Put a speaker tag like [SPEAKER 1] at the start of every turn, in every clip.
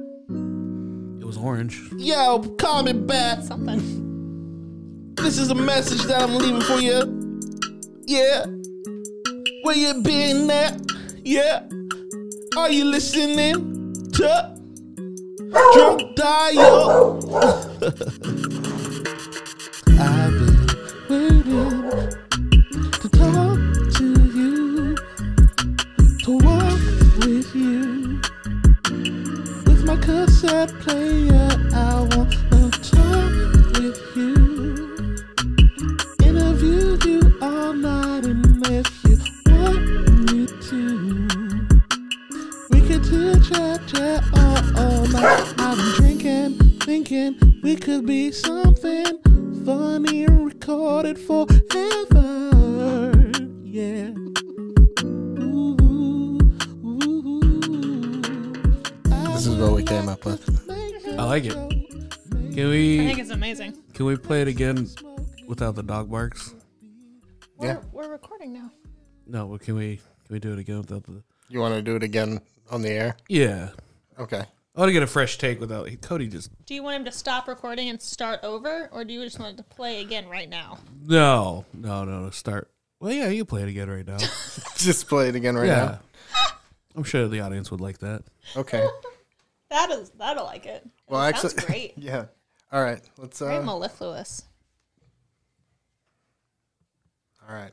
[SPEAKER 1] It was orange.
[SPEAKER 2] Yo, call me back.
[SPEAKER 3] Something.
[SPEAKER 2] This is a message that I'm leaving for you. Yeah. Where you been at? Yeah. Are you listening to Drunk Dial? I've been waiting to talk to you, to walk with you. With my cassette player, I want to talk with you interview you all night and if you want me to we could chit chat chat all, all night i've been drinking thinking we could be something funny and recorded forever yeah Ooh, ooh,
[SPEAKER 4] This is what we came up with.
[SPEAKER 1] I like it. Can
[SPEAKER 3] I think
[SPEAKER 1] we
[SPEAKER 3] it's amazing.
[SPEAKER 1] can we play it again without the dog barks?
[SPEAKER 3] We're,
[SPEAKER 4] Yeah.
[SPEAKER 3] we're recording now.
[SPEAKER 1] No, well, can we can we do it again without the
[SPEAKER 4] You want to do it again on the air?
[SPEAKER 1] Yeah.
[SPEAKER 4] Okay.
[SPEAKER 1] I want to get a fresh take without Cody just
[SPEAKER 3] Do you want him to stop recording and start over, or do you just want it to play again right now?
[SPEAKER 1] No, no, no, no. Start. Well, yeah, you can play it again right now.
[SPEAKER 4] Just play it again right
[SPEAKER 1] yeah. I'm sure the audience would like that.
[SPEAKER 4] now. Okay.
[SPEAKER 3] That is that'll like it.
[SPEAKER 4] Well,
[SPEAKER 3] It sounds
[SPEAKER 4] actually,
[SPEAKER 3] great.
[SPEAKER 4] yeah. All right. Let's.
[SPEAKER 3] Very
[SPEAKER 4] Uh, all
[SPEAKER 3] mellifluous.
[SPEAKER 4] right.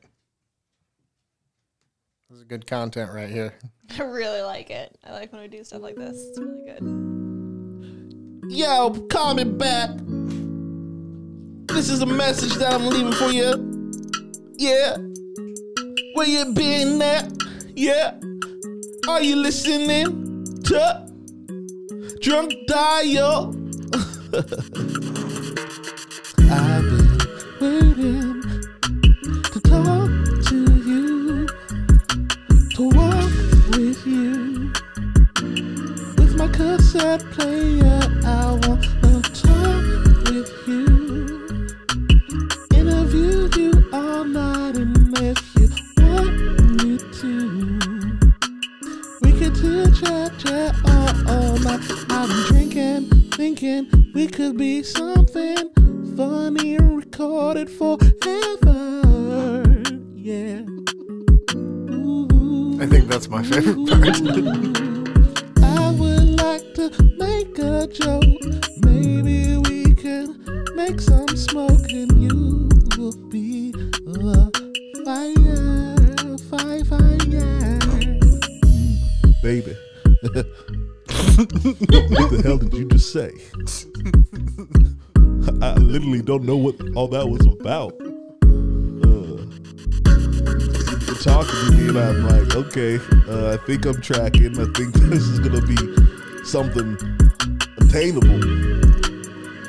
[SPEAKER 4] This is good content right here.
[SPEAKER 3] I really like it. I like when we do stuff like this. It's really good.
[SPEAKER 2] Yo, call me back. This is a message that I'm leaving for you. Yeah. Where you been at? Yeah. Are you listening to Drunk Dial? I've been waiting to talk to you, to walk with you. With my cassette player, I want to talk with you. Interview you all night and if you want me to. We could chit chat chat all, all night. I've been drinking, thinking we could be something funny and recorded forever. Yeah. Ooh.
[SPEAKER 4] I think that's my favorite part.
[SPEAKER 2] I would like to make a joke. Maybe we can make some smoke and you will be the fire, fire, fire.
[SPEAKER 5] Baby. what the hell did you just say? I literally don't know what all that was about. Uh, you're talking to me, and I'm like, okay, uh, I think I'm tracking. I think this is gonna be something attainable.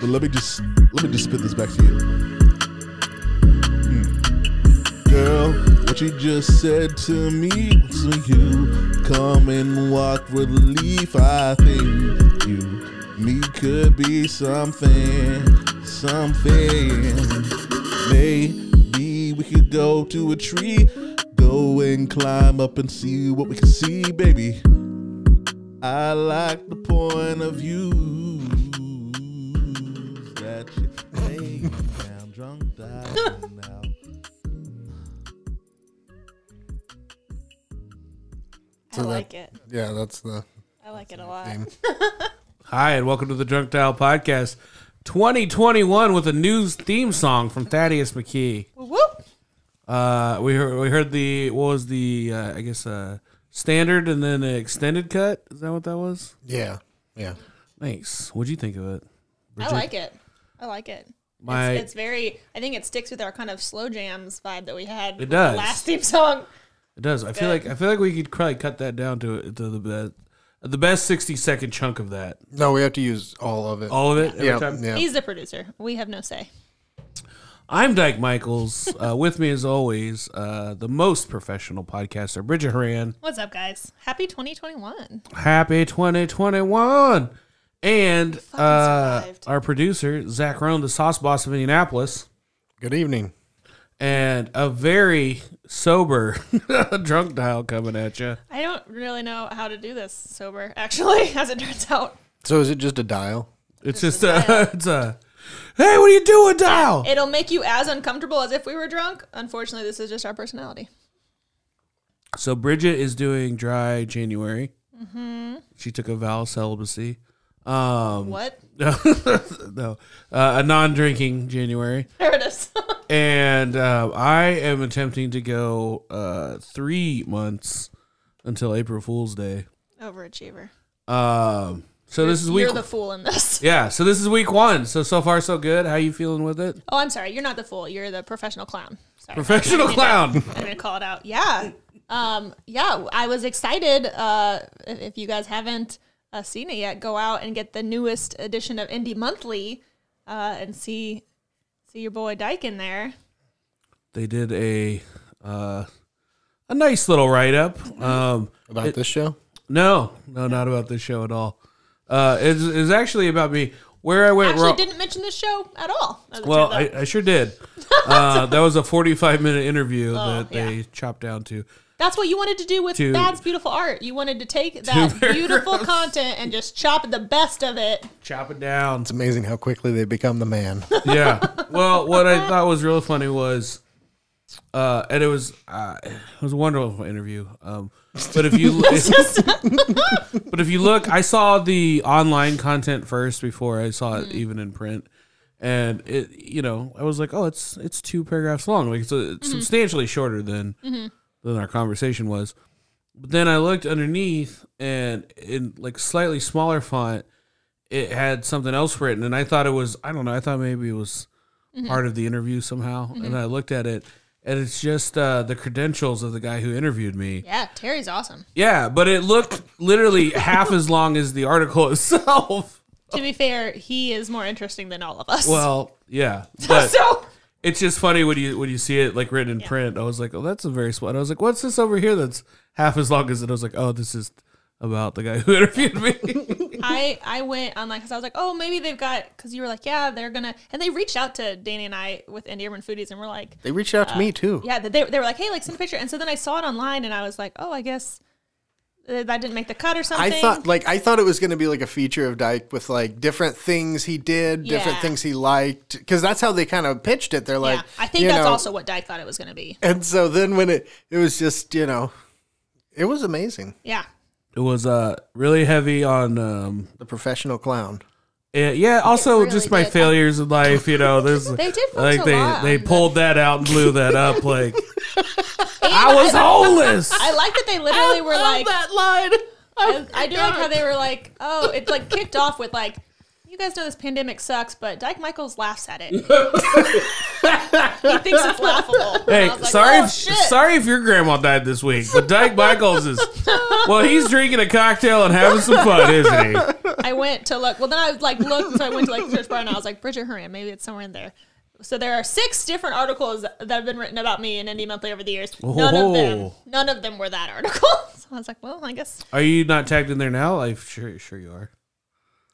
[SPEAKER 5] But let me just let me just spit this back to you. Hmm. Girl, what you just said to me to you. Come and walk with relief. I think you, me could be something, something. Maybe we could go to a tree, go and climb up and see what we can see, baby. I like the point of view that you're laying down, drunk, diving now.
[SPEAKER 3] I like it.
[SPEAKER 4] Yeah, that's the
[SPEAKER 3] I like it a lot.
[SPEAKER 4] theme.
[SPEAKER 1] Hi, and welcome to the Drunk Dial Podcast 2021 with a new theme song from Thaddeus McKee.
[SPEAKER 3] Whoop.
[SPEAKER 1] Uh, we heard, we heard the what was the uh, I guess uh, standard and then an extended cut. Is that what that was?
[SPEAKER 4] Yeah. Yeah.
[SPEAKER 1] Thanks. What'd you think of it?
[SPEAKER 3] I like it. I like it.
[SPEAKER 1] My-
[SPEAKER 3] it's, it's very. I think it sticks with our kind of slow jams vibe that we had. with the
[SPEAKER 1] does.
[SPEAKER 3] Last theme song.
[SPEAKER 1] It does. I feel like I feel like we could probably cut that down to to the best the best sixty second chunk of that.
[SPEAKER 4] No, we have to use all of it.
[SPEAKER 1] All of it. Every
[SPEAKER 4] yeah.
[SPEAKER 1] time.
[SPEAKER 4] Yeah.
[SPEAKER 3] He's the producer. We have no say.
[SPEAKER 1] I'm Dyke Michaels. uh, with me, as always, uh, the most professional podcaster, Bridget Horan.
[SPEAKER 3] What's up, guys? Happy 2021.
[SPEAKER 1] Happy 2021, and uh,
[SPEAKER 3] survived.
[SPEAKER 1] our producer Zach Rohn, the Sauce Boss of Indianapolis.
[SPEAKER 4] Good evening.
[SPEAKER 1] and a very sober drunk dial coming at you.
[SPEAKER 3] I don't really know how to do this sober, actually, as it turns out.
[SPEAKER 4] So is it just a dial?
[SPEAKER 1] It's just a, it's a, hey, what are you doing, dial?
[SPEAKER 3] It'll make you as uncomfortable as if we were drunk. Unfortunately, this is just our personality.
[SPEAKER 1] So Bridget is doing dry January.
[SPEAKER 3] Mm-hmm.
[SPEAKER 1] She took a vow of celibacy. Um,
[SPEAKER 3] What?
[SPEAKER 1] no, uh, a non-drinking January,
[SPEAKER 3] There it is.
[SPEAKER 1] and uh, I am attempting to go uh, three months until April Fool's Day.
[SPEAKER 3] Overachiever.
[SPEAKER 1] Um, so this is week.
[SPEAKER 3] You're the fool in this.
[SPEAKER 1] yeah, so this is week one. So so far so good. How you feeling with it?
[SPEAKER 3] Oh, I'm sorry. You're not the fool. You're the professional clown. Sorry.
[SPEAKER 1] Professional clown.
[SPEAKER 3] I'm gonna call it out. Yeah. Um, yeah, I was excited. Uh, if if you guys haven't uh, seen it yet, go out and get the newest edition of Indie Monthly, uh, and see see your boy Dyke in there.
[SPEAKER 1] They did a uh, a nice little write up.
[SPEAKER 3] Mm-hmm.
[SPEAKER 1] Um,
[SPEAKER 4] About this show?
[SPEAKER 1] No, no, not about this show at all. Uh, it's, it's actually about me. Where I went
[SPEAKER 3] Actually,
[SPEAKER 1] wrong.
[SPEAKER 3] didn't mention this show at all. as it
[SPEAKER 1] well,
[SPEAKER 3] turns
[SPEAKER 1] I,
[SPEAKER 3] out.
[SPEAKER 1] I sure did. Uh, that was a 45 minute interview that they
[SPEAKER 3] Oh, yeah.
[SPEAKER 1] chopped down to.
[SPEAKER 3] that's what you wanted to do with
[SPEAKER 1] Two-
[SPEAKER 3] Thad's beautiful art. You wanted to take that beautiful
[SPEAKER 1] paragraphs.
[SPEAKER 3] content and just chop the best of it.
[SPEAKER 1] Chop it down.
[SPEAKER 4] It's amazing how quickly they become the man.
[SPEAKER 1] yeah. Well, what I thought was really funny was, uh, and it was uh, it was a wonderful interview. Um, but if you but if you look, I saw the online content first before I saw it even in print, and it you know I was like, oh, it's it's two paragraphs long, like it's, uh it's substantially shorter than than our conversation was. But then I looked underneath, and in like slightly smaller font, it had something else written, and I thought it was I don't know I thought maybe it was
[SPEAKER 3] Mm-hmm.
[SPEAKER 1] part of the interview somehow, and I looked at it, and it's just uh, the credentials of the guy who interviewed me.
[SPEAKER 3] Yeah, Terry's awesome.
[SPEAKER 1] Yeah, but it looked literally half as long as the article itself.
[SPEAKER 3] To be fair, he is more interesting than all of us.
[SPEAKER 1] Well, yeah, but
[SPEAKER 3] so
[SPEAKER 1] it's just funny when you when you see it like written in print. I was like, oh, that's a very smart. I was like, what's this over here that's half as long as it? I was like, oh, this is about the guy who interviewed me.
[SPEAKER 3] I I went online because I was like, oh, maybe they've got because you were like, yeah, they're gonna, and they reached out to Danny and I with Indie Urban Foodies, and we're like,
[SPEAKER 4] They reached out to me too.
[SPEAKER 3] yeah, that they they were like, hey, like send a picture, and so then I saw it online, and I was like, oh, I guess uh, that that didn't make the cut or something.
[SPEAKER 4] I thought like I thought it was going to be like a feature of Dyke with like different things he did, different
[SPEAKER 3] Yeah.
[SPEAKER 4] things he liked, because that's how they kind of pitched it. They're like,
[SPEAKER 3] yeah, I think
[SPEAKER 4] you
[SPEAKER 3] that's
[SPEAKER 4] know,
[SPEAKER 3] also what Dyke thought it was gonna be.
[SPEAKER 4] And so then when it it was just you know, it was amazing.
[SPEAKER 3] Yeah,
[SPEAKER 1] it was uh really heavy on um
[SPEAKER 4] The professional clown.
[SPEAKER 1] yeah, yeah also
[SPEAKER 3] really
[SPEAKER 1] just my
[SPEAKER 3] did.
[SPEAKER 1] failures in life. You know, there's
[SPEAKER 3] They did focus
[SPEAKER 1] like
[SPEAKER 3] a
[SPEAKER 1] they
[SPEAKER 3] lot
[SPEAKER 1] they
[SPEAKER 3] on the-
[SPEAKER 1] pulled that out and blew that up like. I was homeless.
[SPEAKER 3] I like that they literally were like,
[SPEAKER 1] line.
[SPEAKER 3] I, I do like how they were like, oh, it's like kicked off with like, you guys know this pandemic sucks, but Dyke Michaels laughs at it. he thinks it's laughable. And I
[SPEAKER 1] Hey,
[SPEAKER 3] was like,
[SPEAKER 1] sorry,
[SPEAKER 3] oh,
[SPEAKER 1] if,
[SPEAKER 3] shit.
[SPEAKER 1] sorry if your grandma died this week, but Dyke Michaels is well, he's drinking a cocktail and having some fun, isn't he?
[SPEAKER 3] I went to look. Well, then I like looked. So I went to like search bar and I was like, Bridget Horan, maybe it's somewhere in there. So there are six different articles that have been written about me in Indie Monthly over the years. None of them,
[SPEAKER 1] Oh.
[SPEAKER 3] none of them were that article. So I was like, well, I guess
[SPEAKER 1] Are you not tagged in there now? I'm sure, sure you are,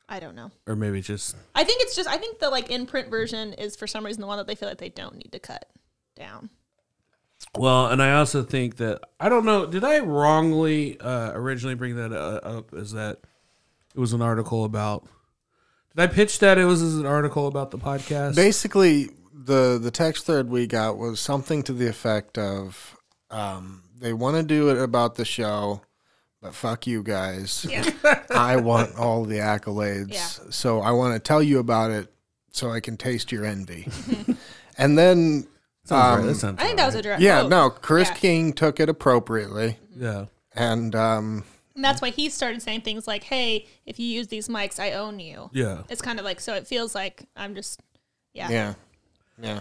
[SPEAKER 3] I don't know.
[SPEAKER 1] or maybe just
[SPEAKER 3] I think it's just I think the like in print version is for some reason the one that they feel like they don't need to cut down.
[SPEAKER 1] well. And I also think that I don't know. Did I wrongly uh, originally bring that uh, up? Is that it was an article about? Did I pitch that it was an article about the podcast?
[SPEAKER 4] Basically, the the text thread we got was something to the effect of, um, they want to do it about the show, but fuck you guys.
[SPEAKER 3] Yeah.
[SPEAKER 4] I want all the accolades.
[SPEAKER 3] Yeah.
[SPEAKER 4] So I want to tell you about it so I can taste your envy. and then,
[SPEAKER 1] Sounds right.
[SPEAKER 4] um,
[SPEAKER 1] That sounds
[SPEAKER 3] I think that
[SPEAKER 1] about
[SPEAKER 3] was a direct.
[SPEAKER 4] yeah,
[SPEAKER 3] quote.
[SPEAKER 4] no, Chris
[SPEAKER 3] Oh, Yeah.
[SPEAKER 4] King took it appropriately.
[SPEAKER 1] right. yeah.
[SPEAKER 4] And um,
[SPEAKER 3] And that's why he started saying things like, "Hey, if you use these mics, I own you."
[SPEAKER 1] Yeah.
[SPEAKER 3] It's kind of like so it feels like I'm just yeah.
[SPEAKER 4] yeah. Yeah.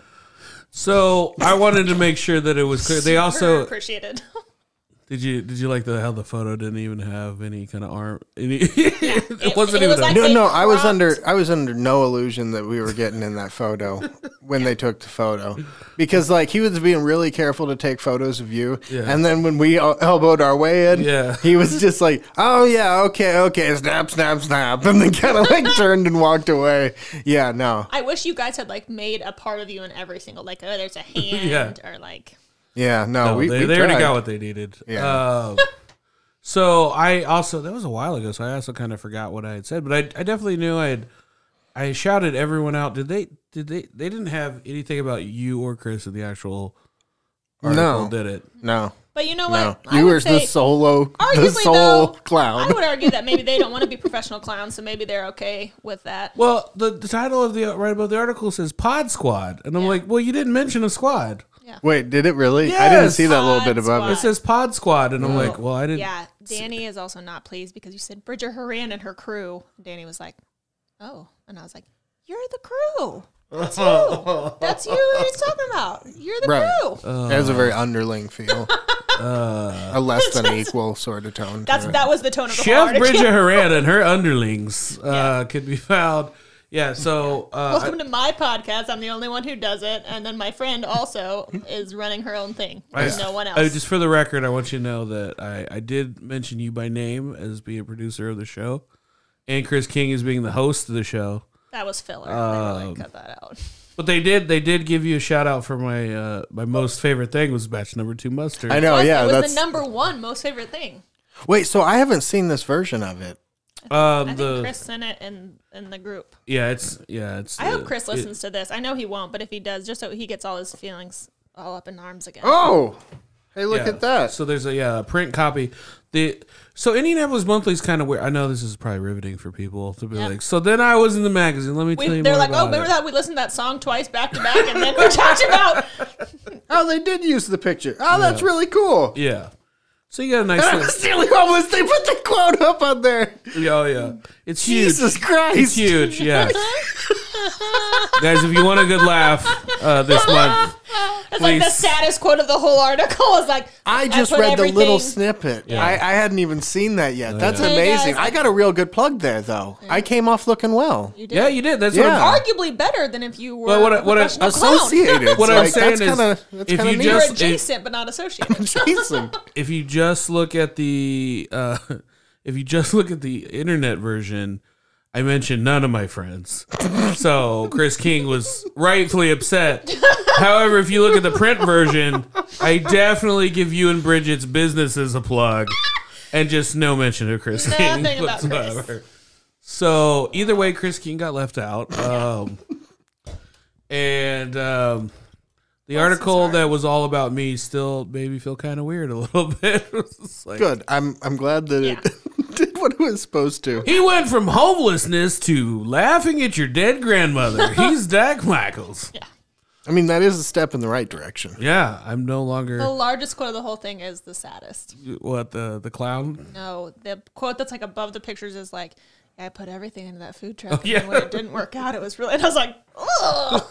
[SPEAKER 1] So I wanted to make sure that it was clear. They
[SPEAKER 3] Super
[SPEAKER 1] also
[SPEAKER 3] appreciated.
[SPEAKER 1] Did you did you like the how the photo didn't even have any kind of arm? Any, it, wasn't
[SPEAKER 3] it
[SPEAKER 1] even
[SPEAKER 3] was
[SPEAKER 1] a-
[SPEAKER 3] like-
[SPEAKER 4] No,
[SPEAKER 3] They
[SPEAKER 4] no, I was
[SPEAKER 3] cropped-
[SPEAKER 4] under I was under no illusion that we were getting in that photo when they took the photo, because like he was being really careful to take photos of you,
[SPEAKER 1] Yeah.
[SPEAKER 4] and then when we el- elbowed our way in,
[SPEAKER 1] Yeah.
[SPEAKER 4] he was just like, "Oh yeah, okay, okay, snap, snap, snap," and then kind of like turned and walked away. Yeah, no,
[SPEAKER 3] I wish you guys had like made a part of you in every single like oh there's a hand or like
[SPEAKER 4] yeah, no,
[SPEAKER 1] No,
[SPEAKER 4] Oh, we,
[SPEAKER 1] they,
[SPEAKER 4] we
[SPEAKER 1] they already
[SPEAKER 4] tried.
[SPEAKER 1] got what they needed.
[SPEAKER 4] Yeah.
[SPEAKER 1] Um, so I also that was a while ago, so I also kind of forgot what I had said, but I, I definitely knew I had I shouted everyone out. Did they? Did they? They didn't have anything about you or Chris in the actual article,
[SPEAKER 4] No.
[SPEAKER 1] did it?
[SPEAKER 4] no,
[SPEAKER 3] but you know
[SPEAKER 4] no,
[SPEAKER 3] what
[SPEAKER 4] you
[SPEAKER 3] would
[SPEAKER 4] were the
[SPEAKER 3] say-
[SPEAKER 4] solo, the
[SPEAKER 3] Arguably,
[SPEAKER 4] sole
[SPEAKER 3] though, I
[SPEAKER 4] clown.
[SPEAKER 3] would argue that maybe they don't want to be professional clowns, so maybe they're okay with that.
[SPEAKER 1] Well, the, the title of the right above the article says Pod Squad, and I'm
[SPEAKER 3] Yeah.
[SPEAKER 1] like, well, you didn't mention a squad.
[SPEAKER 4] Wait, did it really? I didn't
[SPEAKER 1] Yes.
[SPEAKER 4] see that little
[SPEAKER 3] Odd
[SPEAKER 4] bit above
[SPEAKER 1] It
[SPEAKER 4] it.
[SPEAKER 3] squad.
[SPEAKER 1] says Pod Squad, and I'm like, well, I didn't.
[SPEAKER 3] Yeah, Danny is also not pleased because you said Bridger Horan and her crew. Danny was like, "Oh," and I was like, "You're the crew. That's you. That's you. What he's talking about. You're the
[SPEAKER 4] Right.
[SPEAKER 1] Uh,
[SPEAKER 3] crew."
[SPEAKER 4] It has a very underling feel. a less than equal sort of tone. to
[SPEAKER 3] That's
[SPEAKER 4] it.
[SPEAKER 3] that was the tone of the whole
[SPEAKER 1] Chef
[SPEAKER 3] article.
[SPEAKER 1] Bridget Horan and her underlings uh, could be found. Yeah, so uh,
[SPEAKER 3] Welcome to my podcast. I'm the only one who does it, and then my friend also is running her own thing. There's no one else.
[SPEAKER 1] I, just for the record, I want you to know that I, I did mention you by name as being a producer of the show, and Chris King as being the host of the show.
[SPEAKER 3] that was filler. they
[SPEAKER 1] Um,
[SPEAKER 3] really cut that out.
[SPEAKER 1] But they did they did give you a shout out for my uh, my most favorite thing was batch number two mustard.
[SPEAKER 4] I know,
[SPEAKER 3] Plus,
[SPEAKER 4] yeah.
[SPEAKER 3] it was
[SPEAKER 4] That's
[SPEAKER 3] the number one most favorite thing.
[SPEAKER 4] wait. So I haven't seen this version of it.
[SPEAKER 1] Um,
[SPEAKER 3] I think
[SPEAKER 1] the
[SPEAKER 3] Chris sent it in in the group.
[SPEAKER 1] yeah, it's yeah, it's.
[SPEAKER 3] I hope
[SPEAKER 1] uh,
[SPEAKER 3] Chris
[SPEAKER 1] it-
[SPEAKER 3] listens to this. I know he won't, but if he does, just so he gets all his feelings all up in arms again.
[SPEAKER 4] Oh, hey, look
[SPEAKER 1] Yeah.
[SPEAKER 4] at that.
[SPEAKER 1] So there's a yeah, a print copy. The so Indianapolis Monthly is kind of weird. I know this is probably riveting for people to be like. So then I was in the magazine. Let me tell
[SPEAKER 3] We,
[SPEAKER 1] you.
[SPEAKER 3] they're
[SPEAKER 1] more
[SPEAKER 3] like,
[SPEAKER 1] about
[SPEAKER 3] oh, remember
[SPEAKER 1] it."
[SPEAKER 3] that we listened to that song twice back to back, and then we talked about.
[SPEAKER 4] oh, they did use the picture. Oh, that's really cool.
[SPEAKER 1] Yeah. So you got a nice.
[SPEAKER 4] I
[SPEAKER 1] little-
[SPEAKER 4] was nearly homeless. They put the quote up on there.
[SPEAKER 1] Yeah, Oh yeah, it's huge.
[SPEAKER 4] Jesus Christ!
[SPEAKER 1] It's huge. Yeah, guys, if you want a good laugh uh, this month,
[SPEAKER 3] It's like the
[SPEAKER 1] Please.
[SPEAKER 3] saddest quote of the whole article. Is like,
[SPEAKER 4] I just
[SPEAKER 3] put
[SPEAKER 4] read
[SPEAKER 3] everything-
[SPEAKER 4] the little snippet.
[SPEAKER 1] Yeah. Oh,
[SPEAKER 4] I, I hadn't even seen that yet. That's
[SPEAKER 1] yeah.
[SPEAKER 3] Hey,
[SPEAKER 4] amazing.
[SPEAKER 3] guys.
[SPEAKER 4] I got a real good plug there, though. I came off looking well.
[SPEAKER 3] You did.
[SPEAKER 1] yeah, you did. That's
[SPEAKER 4] Yeah.
[SPEAKER 1] what I'm.
[SPEAKER 3] Arguably better than if you were
[SPEAKER 1] Well, what I-
[SPEAKER 3] a
[SPEAKER 1] what I-
[SPEAKER 3] professional clown.
[SPEAKER 4] Associated.
[SPEAKER 1] What I'm
[SPEAKER 4] Like,
[SPEAKER 1] saying
[SPEAKER 4] that's
[SPEAKER 1] is,
[SPEAKER 4] kinda, that's
[SPEAKER 1] if
[SPEAKER 4] kinda
[SPEAKER 1] you
[SPEAKER 4] neat.
[SPEAKER 3] You were
[SPEAKER 1] just-
[SPEAKER 3] adjacent but not associated.
[SPEAKER 4] Jason.
[SPEAKER 1] If you just look at the, uh, if you just look at the internet version, I mentioned none of my friends. So Chris King was rightfully upset. However, if you look at the print version, I definitely give you and Bridget's businesses a plug, and just no mention of Chris King
[SPEAKER 3] Nothing about Chris.
[SPEAKER 1] whatsoever. So either way, Chris King got left out. Um, and um, the article
[SPEAKER 3] hard.
[SPEAKER 1] that was all about me still made me feel kind of weird a little bit. It was just like-
[SPEAKER 4] Good. I'm I'm glad that it did what it was supposed to.
[SPEAKER 1] He went from homelessness to laughing at your dead grandmother. He's Dak Michaels.
[SPEAKER 4] I mean, that is a step in the right direction.
[SPEAKER 1] Yeah, I'm no
[SPEAKER 3] the
[SPEAKER 1] longer
[SPEAKER 3] largest quote of the whole thing is the saddest.
[SPEAKER 1] what the the clown.
[SPEAKER 3] No, the quote that's like above the pictures is like, "Yeah, I put everything into that food truck,
[SPEAKER 1] Oh, yeah.
[SPEAKER 3] and when it didn't work out, it was really. And I was like, ugh.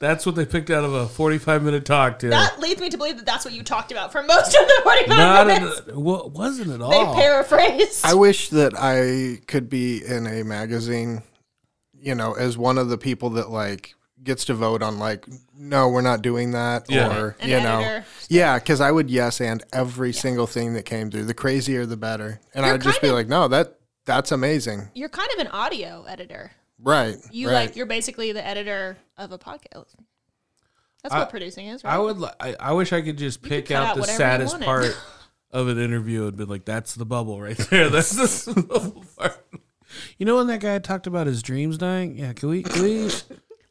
[SPEAKER 1] That's what they picked out of a 45 minute talk to.
[SPEAKER 3] that leads me to believe that that's what you talked about for most of the 45
[SPEAKER 1] Not Oh.
[SPEAKER 3] minutes.
[SPEAKER 1] an, wa- wasn't at all.
[SPEAKER 3] they paraphrased.
[SPEAKER 4] I wish that I could be in a magazine, you know, as one of the people that like gets to vote on like, no, we're not doing that,
[SPEAKER 1] Yeah.
[SPEAKER 4] or
[SPEAKER 3] An
[SPEAKER 4] you know,
[SPEAKER 3] editor.
[SPEAKER 4] yeah, because I would yes and every single thing that came through. The crazier, the better, and
[SPEAKER 3] You're
[SPEAKER 4] I'd just
[SPEAKER 3] kind
[SPEAKER 4] be
[SPEAKER 3] of-
[SPEAKER 4] like, no, that that's amazing,
[SPEAKER 3] You're kind of an audio editor.
[SPEAKER 4] right?
[SPEAKER 3] You
[SPEAKER 4] right.
[SPEAKER 3] like you're basically the editor of a podcast. That's what producing is, right?
[SPEAKER 1] I would. li- I, I wish I could just pick
[SPEAKER 3] cut out
[SPEAKER 1] out the
[SPEAKER 3] whatever you
[SPEAKER 1] saddest
[SPEAKER 3] wanted.
[SPEAKER 1] part of an interview and be like, "That's the bubble right there. That's the bubble part." You know when that guy talked about his dreams dying? Yeah, can we can we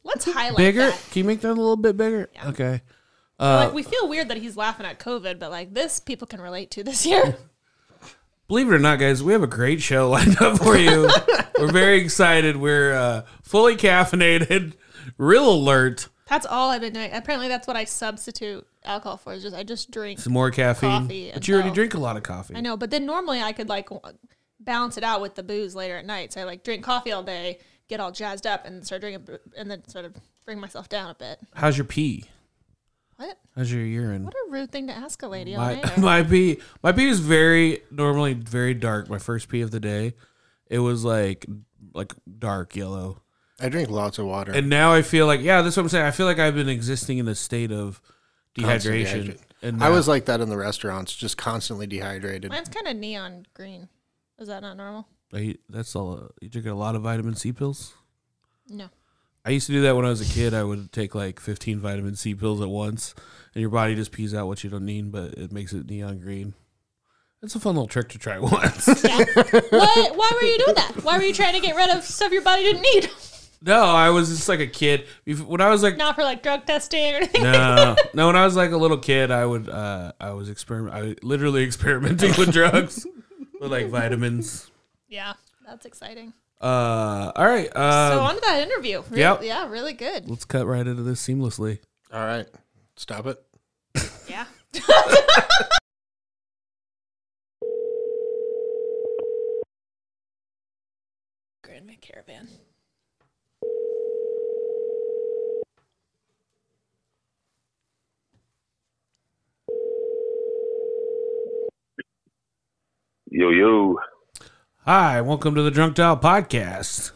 [SPEAKER 3] Let's highlight
[SPEAKER 1] bigger? uh,
[SPEAKER 3] that.
[SPEAKER 1] Can you make that a little bit bigger? Okay.
[SPEAKER 3] like we feel weird that he's laughing at COVID, but like this people can relate to this year.
[SPEAKER 1] Believe it or not, guys, we have a great show lined up for you. We're very excited. We're uh, fully caffeinated, real alert.
[SPEAKER 3] That's all I've been doing. Apparently, that's what I substitute alcohol for. Is just I just drink.
[SPEAKER 1] Some more caffeine,
[SPEAKER 3] Coffee
[SPEAKER 1] but you already
[SPEAKER 3] until-
[SPEAKER 1] drink a lot of coffee.
[SPEAKER 3] I know, but then normally I could like w- balance it out with the booze later at night. So I like drink coffee all day, get all jazzed up, and start drinking, boo- and then sort of bring myself down a bit.
[SPEAKER 1] How's your pee?
[SPEAKER 3] What?
[SPEAKER 1] How's your urine?
[SPEAKER 3] What a rude thing to ask a lady on
[SPEAKER 1] My,
[SPEAKER 3] air.
[SPEAKER 1] my pee, my pee is very normally very dark. My first pee of the day, it was like like dark yellow,
[SPEAKER 4] I drink lots of water.
[SPEAKER 1] and now I feel like yeah, that's what I'm saying. I feel like I've been existing in a state of
[SPEAKER 4] Constant
[SPEAKER 1] dehydration,
[SPEAKER 4] dehydration.
[SPEAKER 1] and
[SPEAKER 4] I
[SPEAKER 1] now-
[SPEAKER 4] was like that in the restaurants, just constantly dehydrated.
[SPEAKER 3] Mine's kind of neon green. Is that not normal?
[SPEAKER 1] I, that's all. You took a lot of vitamin C pills.
[SPEAKER 3] No.
[SPEAKER 1] I used to do that when I was a kid. I would take like 15 vitamin C pills at once, and your body just pees out what you don't need, but it makes it neon green. It's a fun little trick to try once.
[SPEAKER 3] Yeah. what? Why were you doing that? Why were you trying to get rid of stuff your body didn't need?
[SPEAKER 1] no, I was just like a kid. Bef- When I was like
[SPEAKER 3] Not for like drug testing or anything.
[SPEAKER 1] no, no. When I was like a little kid, I would, uh, I was experiment, I literally experimenting with drugs, with like vitamins.
[SPEAKER 3] Yeah, that's exciting.
[SPEAKER 1] Uh, all right,
[SPEAKER 3] so
[SPEAKER 1] uh,
[SPEAKER 3] on to that interview. Re-
[SPEAKER 1] yep.
[SPEAKER 3] Yeah, really good.
[SPEAKER 1] let's cut right into this seamlessly.
[SPEAKER 4] All right, stop it.
[SPEAKER 3] Yeah. Grand Mac Caravan.
[SPEAKER 6] Yo, yo.
[SPEAKER 1] Hi, welcome to the Drunk Dial podcast.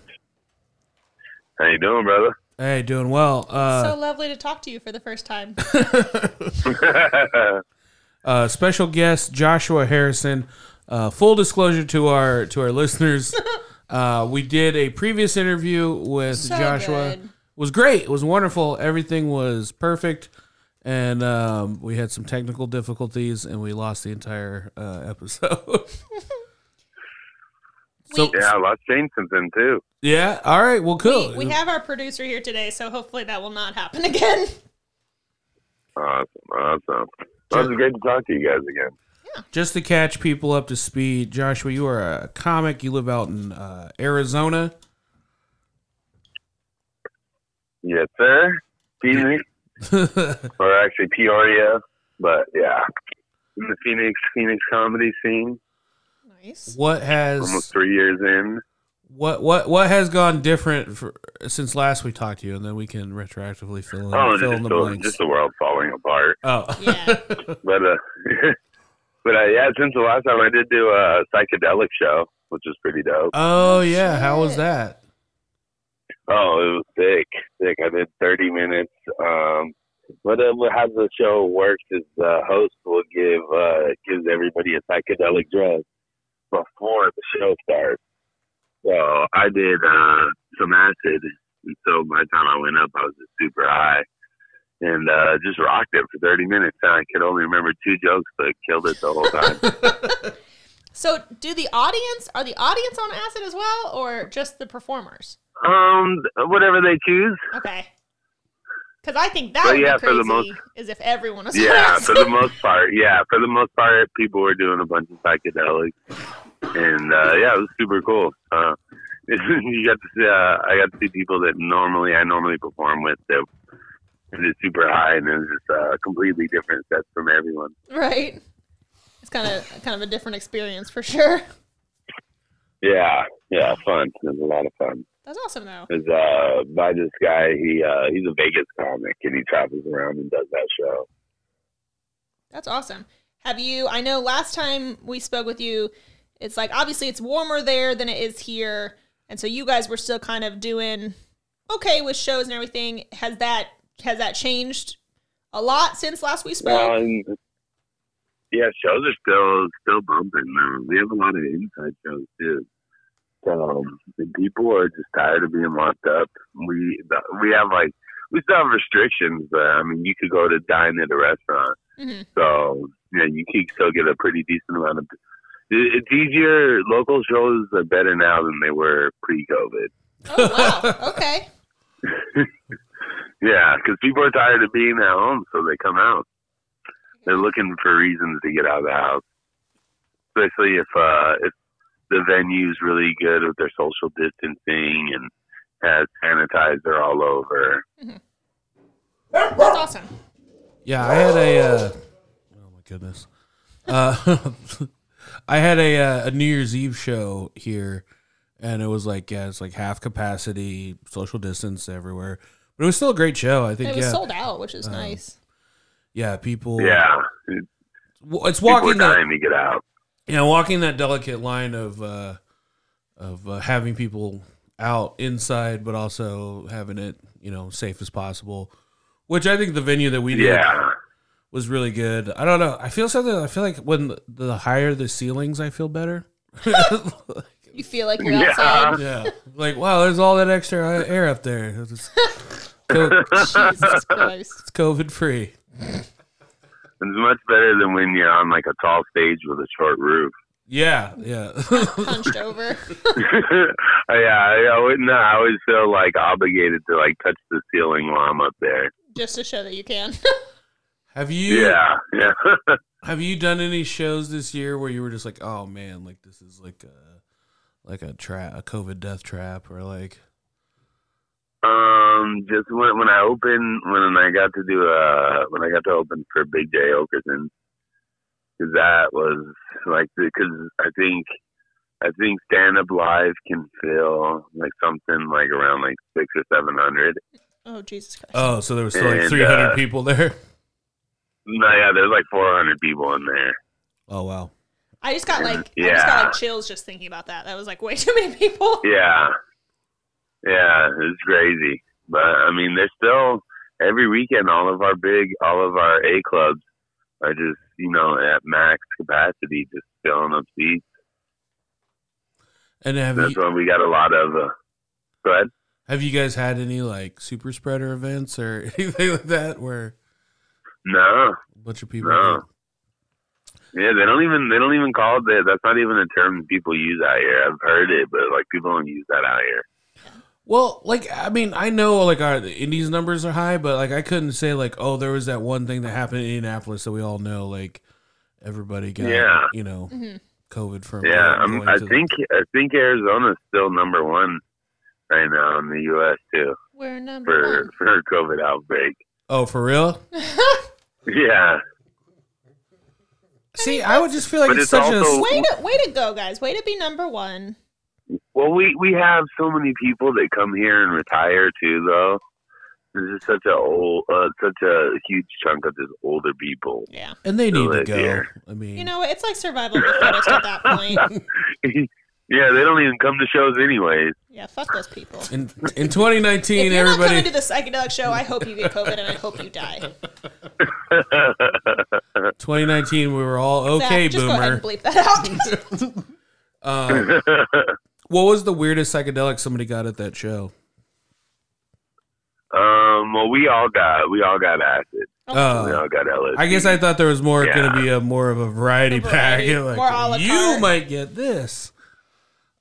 [SPEAKER 6] How you doing, brother?
[SPEAKER 1] Hey, doing well. Uh,
[SPEAKER 3] so lovely to talk to you for the first time.
[SPEAKER 1] uh, special guest Joshua Harrison. Uh, full disclosure to our to our listeners, uh, we did a previous interview with
[SPEAKER 3] So
[SPEAKER 1] Joshua.
[SPEAKER 3] good.
[SPEAKER 1] was great. It was wonderful. Everything was perfect, and um, we had some technical difficulties, and we lost the entire uh, episode. so
[SPEAKER 6] yeah, a lot's changed since then, too.
[SPEAKER 1] yeah, all right. Well, cool.
[SPEAKER 3] We, we have our producer here today, so hopefully that will not happen again.
[SPEAKER 6] Awesome. Awesome. Well, it's great to talk to you guys again.
[SPEAKER 1] Just to catch people up to speed, Joshua, you are a comic. You live out in uh, Arizona.
[SPEAKER 6] Yes, sir. Phoenix, or actually Peoria, but yeah. In the Phoenix, Phoenix comedy scene,
[SPEAKER 3] Nice.
[SPEAKER 1] what
[SPEAKER 6] almost
[SPEAKER 1] has
[SPEAKER 6] three years in.
[SPEAKER 1] what what what has gone different for, since last we talked to you, and then we can retroactively fill in,
[SPEAKER 6] Oh,
[SPEAKER 1] fill in
[SPEAKER 6] just
[SPEAKER 1] the
[SPEAKER 6] the,
[SPEAKER 1] blanks.
[SPEAKER 6] just the world falling apart.
[SPEAKER 1] oh,
[SPEAKER 3] Yeah.
[SPEAKER 6] But, uh, but uh, yeah, since the last time I did do a psychedelic show, which was pretty dope.
[SPEAKER 1] oh yeah. How was that?
[SPEAKER 6] Oh, it was thick, thick. I did 30 minutes. Um, but uh, what- how the show works is the host will give uh, gives everybody a psychedelic drug before the show starts. So I did uh, some acid, and so by the time I went up, I was just super high and uh, just rocked it for 30 minutes. And I could only remember two jokes, but killed it the whole time.
[SPEAKER 3] So, do the audience are the audience on acid as well, or just the performers?
[SPEAKER 6] um, whatever they choose.
[SPEAKER 3] Okay. Because I think that
[SPEAKER 6] But
[SPEAKER 3] would
[SPEAKER 6] yeah,
[SPEAKER 3] be
[SPEAKER 6] for
[SPEAKER 3] crazy
[SPEAKER 6] the most-
[SPEAKER 3] is if everyone was on
[SPEAKER 6] yeah,
[SPEAKER 3] acid.
[SPEAKER 6] for the most part. Yeah, for the most part, people were doing a bunch of psychedelics, and uh, yeah, it was super cool. Uh, you got to see, uh, I got to see people that normally I normally perform with that were just super high, and it was just uh, completely different sets from everyone.
[SPEAKER 3] right. It's kind of kind of a different experience for sure.
[SPEAKER 6] Yeah, yeah, fun. It was a lot of fun.
[SPEAKER 3] That's awesome though.
[SPEAKER 6] is uh by this guy. He uh he's a Vegas comic and he travels around and does that show.
[SPEAKER 3] That's awesome. Have you? I know last time we spoke with you, it's like obviously it's warmer there than it is here, and so you guys were still kind of doing okay with shows and everything. Has that has that changed a lot since last we spoke?
[SPEAKER 6] Well, and yeah, shows are still still bumping. Man. We have a lot of inside shows too. So the people are just tired of being locked up. We we have like we still have restrictions, but I mean you could go to dine at a restaurant,
[SPEAKER 3] hmm
[SPEAKER 6] so yeah, you can still get a pretty decent amount of. it- It's easier. Local shows are better now than they were pre-COVID.
[SPEAKER 3] Oh wow. Okay.
[SPEAKER 6] Yeah, because people are tired of being at home, so they come out. They're looking for reasons to get out of the house, especially if uh, if the venue's really good with their social distancing and has sanitizer all over.
[SPEAKER 3] That's awesome.
[SPEAKER 1] Yeah, I had a. Uh, oh my goodness. Uh, I had a uh, a New Year's Eve show here, and it was like yeah, it's like half capacity, social distance everywhere, but it was still a great show. I think
[SPEAKER 3] It was
[SPEAKER 1] yeah,
[SPEAKER 3] sold out, which is nice.
[SPEAKER 1] yeah, people.
[SPEAKER 6] Yeah,
[SPEAKER 1] W- it's
[SPEAKER 6] people are
[SPEAKER 1] walking that
[SPEAKER 6] dying to get out.
[SPEAKER 1] yeah, walking that delicate line of uh, of uh, having people out inside, but also having it you know safe as possible. Which I think the venue that we did
[SPEAKER 6] Yeah,
[SPEAKER 1] was really good. I don't know. I feel something. I feel like when the, the higher the ceilings, I feel better.
[SPEAKER 3] You feel like you're
[SPEAKER 6] Yeah.
[SPEAKER 3] outside.
[SPEAKER 1] yeah, like wow, there's all that extra air up there. It's
[SPEAKER 3] Jesus Christ.
[SPEAKER 1] COVID free.
[SPEAKER 6] it's much better than when you're on like a tall stage with a short roof.
[SPEAKER 1] Yeah, yeah.
[SPEAKER 3] Hunched over.
[SPEAKER 6] Oh, yeah, I, I would not. I always feel like obligated to like touch the ceiling while I'm up there.
[SPEAKER 3] Just to show that you can.
[SPEAKER 1] have you
[SPEAKER 6] Yeah, yeah.
[SPEAKER 1] have you done any shows this year where you were just like, oh man, like this is like a like a trap, a COVID death trap, or like
[SPEAKER 6] um, just when when I opened, when I got to do uh when I got to open for Big J Okerson, because that was like because I think I think stand up live can feel like something like around like six or seven hundred.
[SPEAKER 3] Oh, Jesus Christ.
[SPEAKER 1] oh, so there was still like
[SPEAKER 6] And,
[SPEAKER 1] three hundred
[SPEAKER 6] uh,
[SPEAKER 1] people there.
[SPEAKER 6] No, yeah, there's like four hundred people in there.
[SPEAKER 1] Oh wow.
[SPEAKER 3] I just got like I just
[SPEAKER 6] Yeah.
[SPEAKER 3] got like chills just thinking about that. That was like way too many people.
[SPEAKER 6] Yeah. Yeah, it's crazy. But I mean, there's still every weekend all of our big all of our A clubs are just, you know, at max capacity just filling up seats.
[SPEAKER 1] And have
[SPEAKER 6] That's
[SPEAKER 1] you
[SPEAKER 6] why we got a lot of uh, go ahead.
[SPEAKER 1] have you guys had any like super spreader events or anything like that where
[SPEAKER 6] No.
[SPEAKER 1] a bunch of people?
[SPEAKER 6] No. Yeah, they don't even they don't even call it that. That's not even a term people use out here. I've heard it, but like people don't use that out here.
[SPEAKER 1] Well, like I mean, I know like our the indies numbers are high, but like I couldn't say like, oh, there was that one thing that happened in Indianapolis that we all know, like everybody got,
[SPEAKER 6] Yeah.
[SPEAKER 1] you know,
[SPEAKER 3] Mhm.
[SPEAKER 1] COVID from
[SPEAKER 6] Yeah,
[SPEAKER 1] going
[SPEAKER 6] I'm, I
[SPEAKER 1] to the-
[SPEAKER 6] think I think Arizona's still number one right now in the U.S. too
[SPEAKER 3] We're number
[SPEAKER 6] for for COVID outbreak.
[SPEAKER 1] oh, for real?
[SPEAKER 6] Yeah,
[SPEAKER 1] See, I would just feel like
[SPEAKER 6] But
[SPEAKER 1] it's,
[SPEAKER 6] it's
[SPEAKER 1] such
[SPEAKER 6] also-
[SPEAKER 1] a
[SPEAKER 3] one. Way to way to go, guys. Way to be number one.
[SPEAKER 6] Well, we we have so many people that come here and retire too, though. This is such a old, uh, such a huge chunk of just older people.
[SPEAKER 3] Yeah.
[SPEAKER 1] and they need to
[SPEAKER 6] Good
[SPEAKER 1] go.
[SPEAKER 6] idea.
[SPEAKER 1] I mean,
[SPEAKER 3] You know, it's like survival of the fittest at that point.
[SPEAKER 6] yeah, they don't even come to shows anyways.
[SPEAKER 3] Yeah, fuck those people.
[SPEAKER 1] in in 2019,
[SPEAKER 3] If you're not coming
[SPEAKER 1] everybody
[SPEAKER 3] to the psychedelic show, I hope you get COVID and I hope you die.
[SPEAKER 1] 2019, we were all okay,
[SPEAKER 3] Zach, just go ahead and
[SPEAKER 1] boomer.
[SPEAKER 3] bleep that out.
[SPEAKER 1] Um, what was the weirdest psychedelic somebody got at that show?
[SPEAKER 6] um, well, we all got we all got acid.
[SPEAKER 1] Uh,
[SPEAKER 6] We all got LSD.
[SPEAKER 1] I guess I thought there was more
[SPEAKER 6] Yeah.
[SPEAKER 1] going to be a more of a variety
[SPEAKER 3] A variety,
[SPEAKER 1] pack. Like,
[SPEAKER 3] more a la
[SPEAKER 1] you
[SPEAKER 3] carte.
[SPEAKER 1] might get this.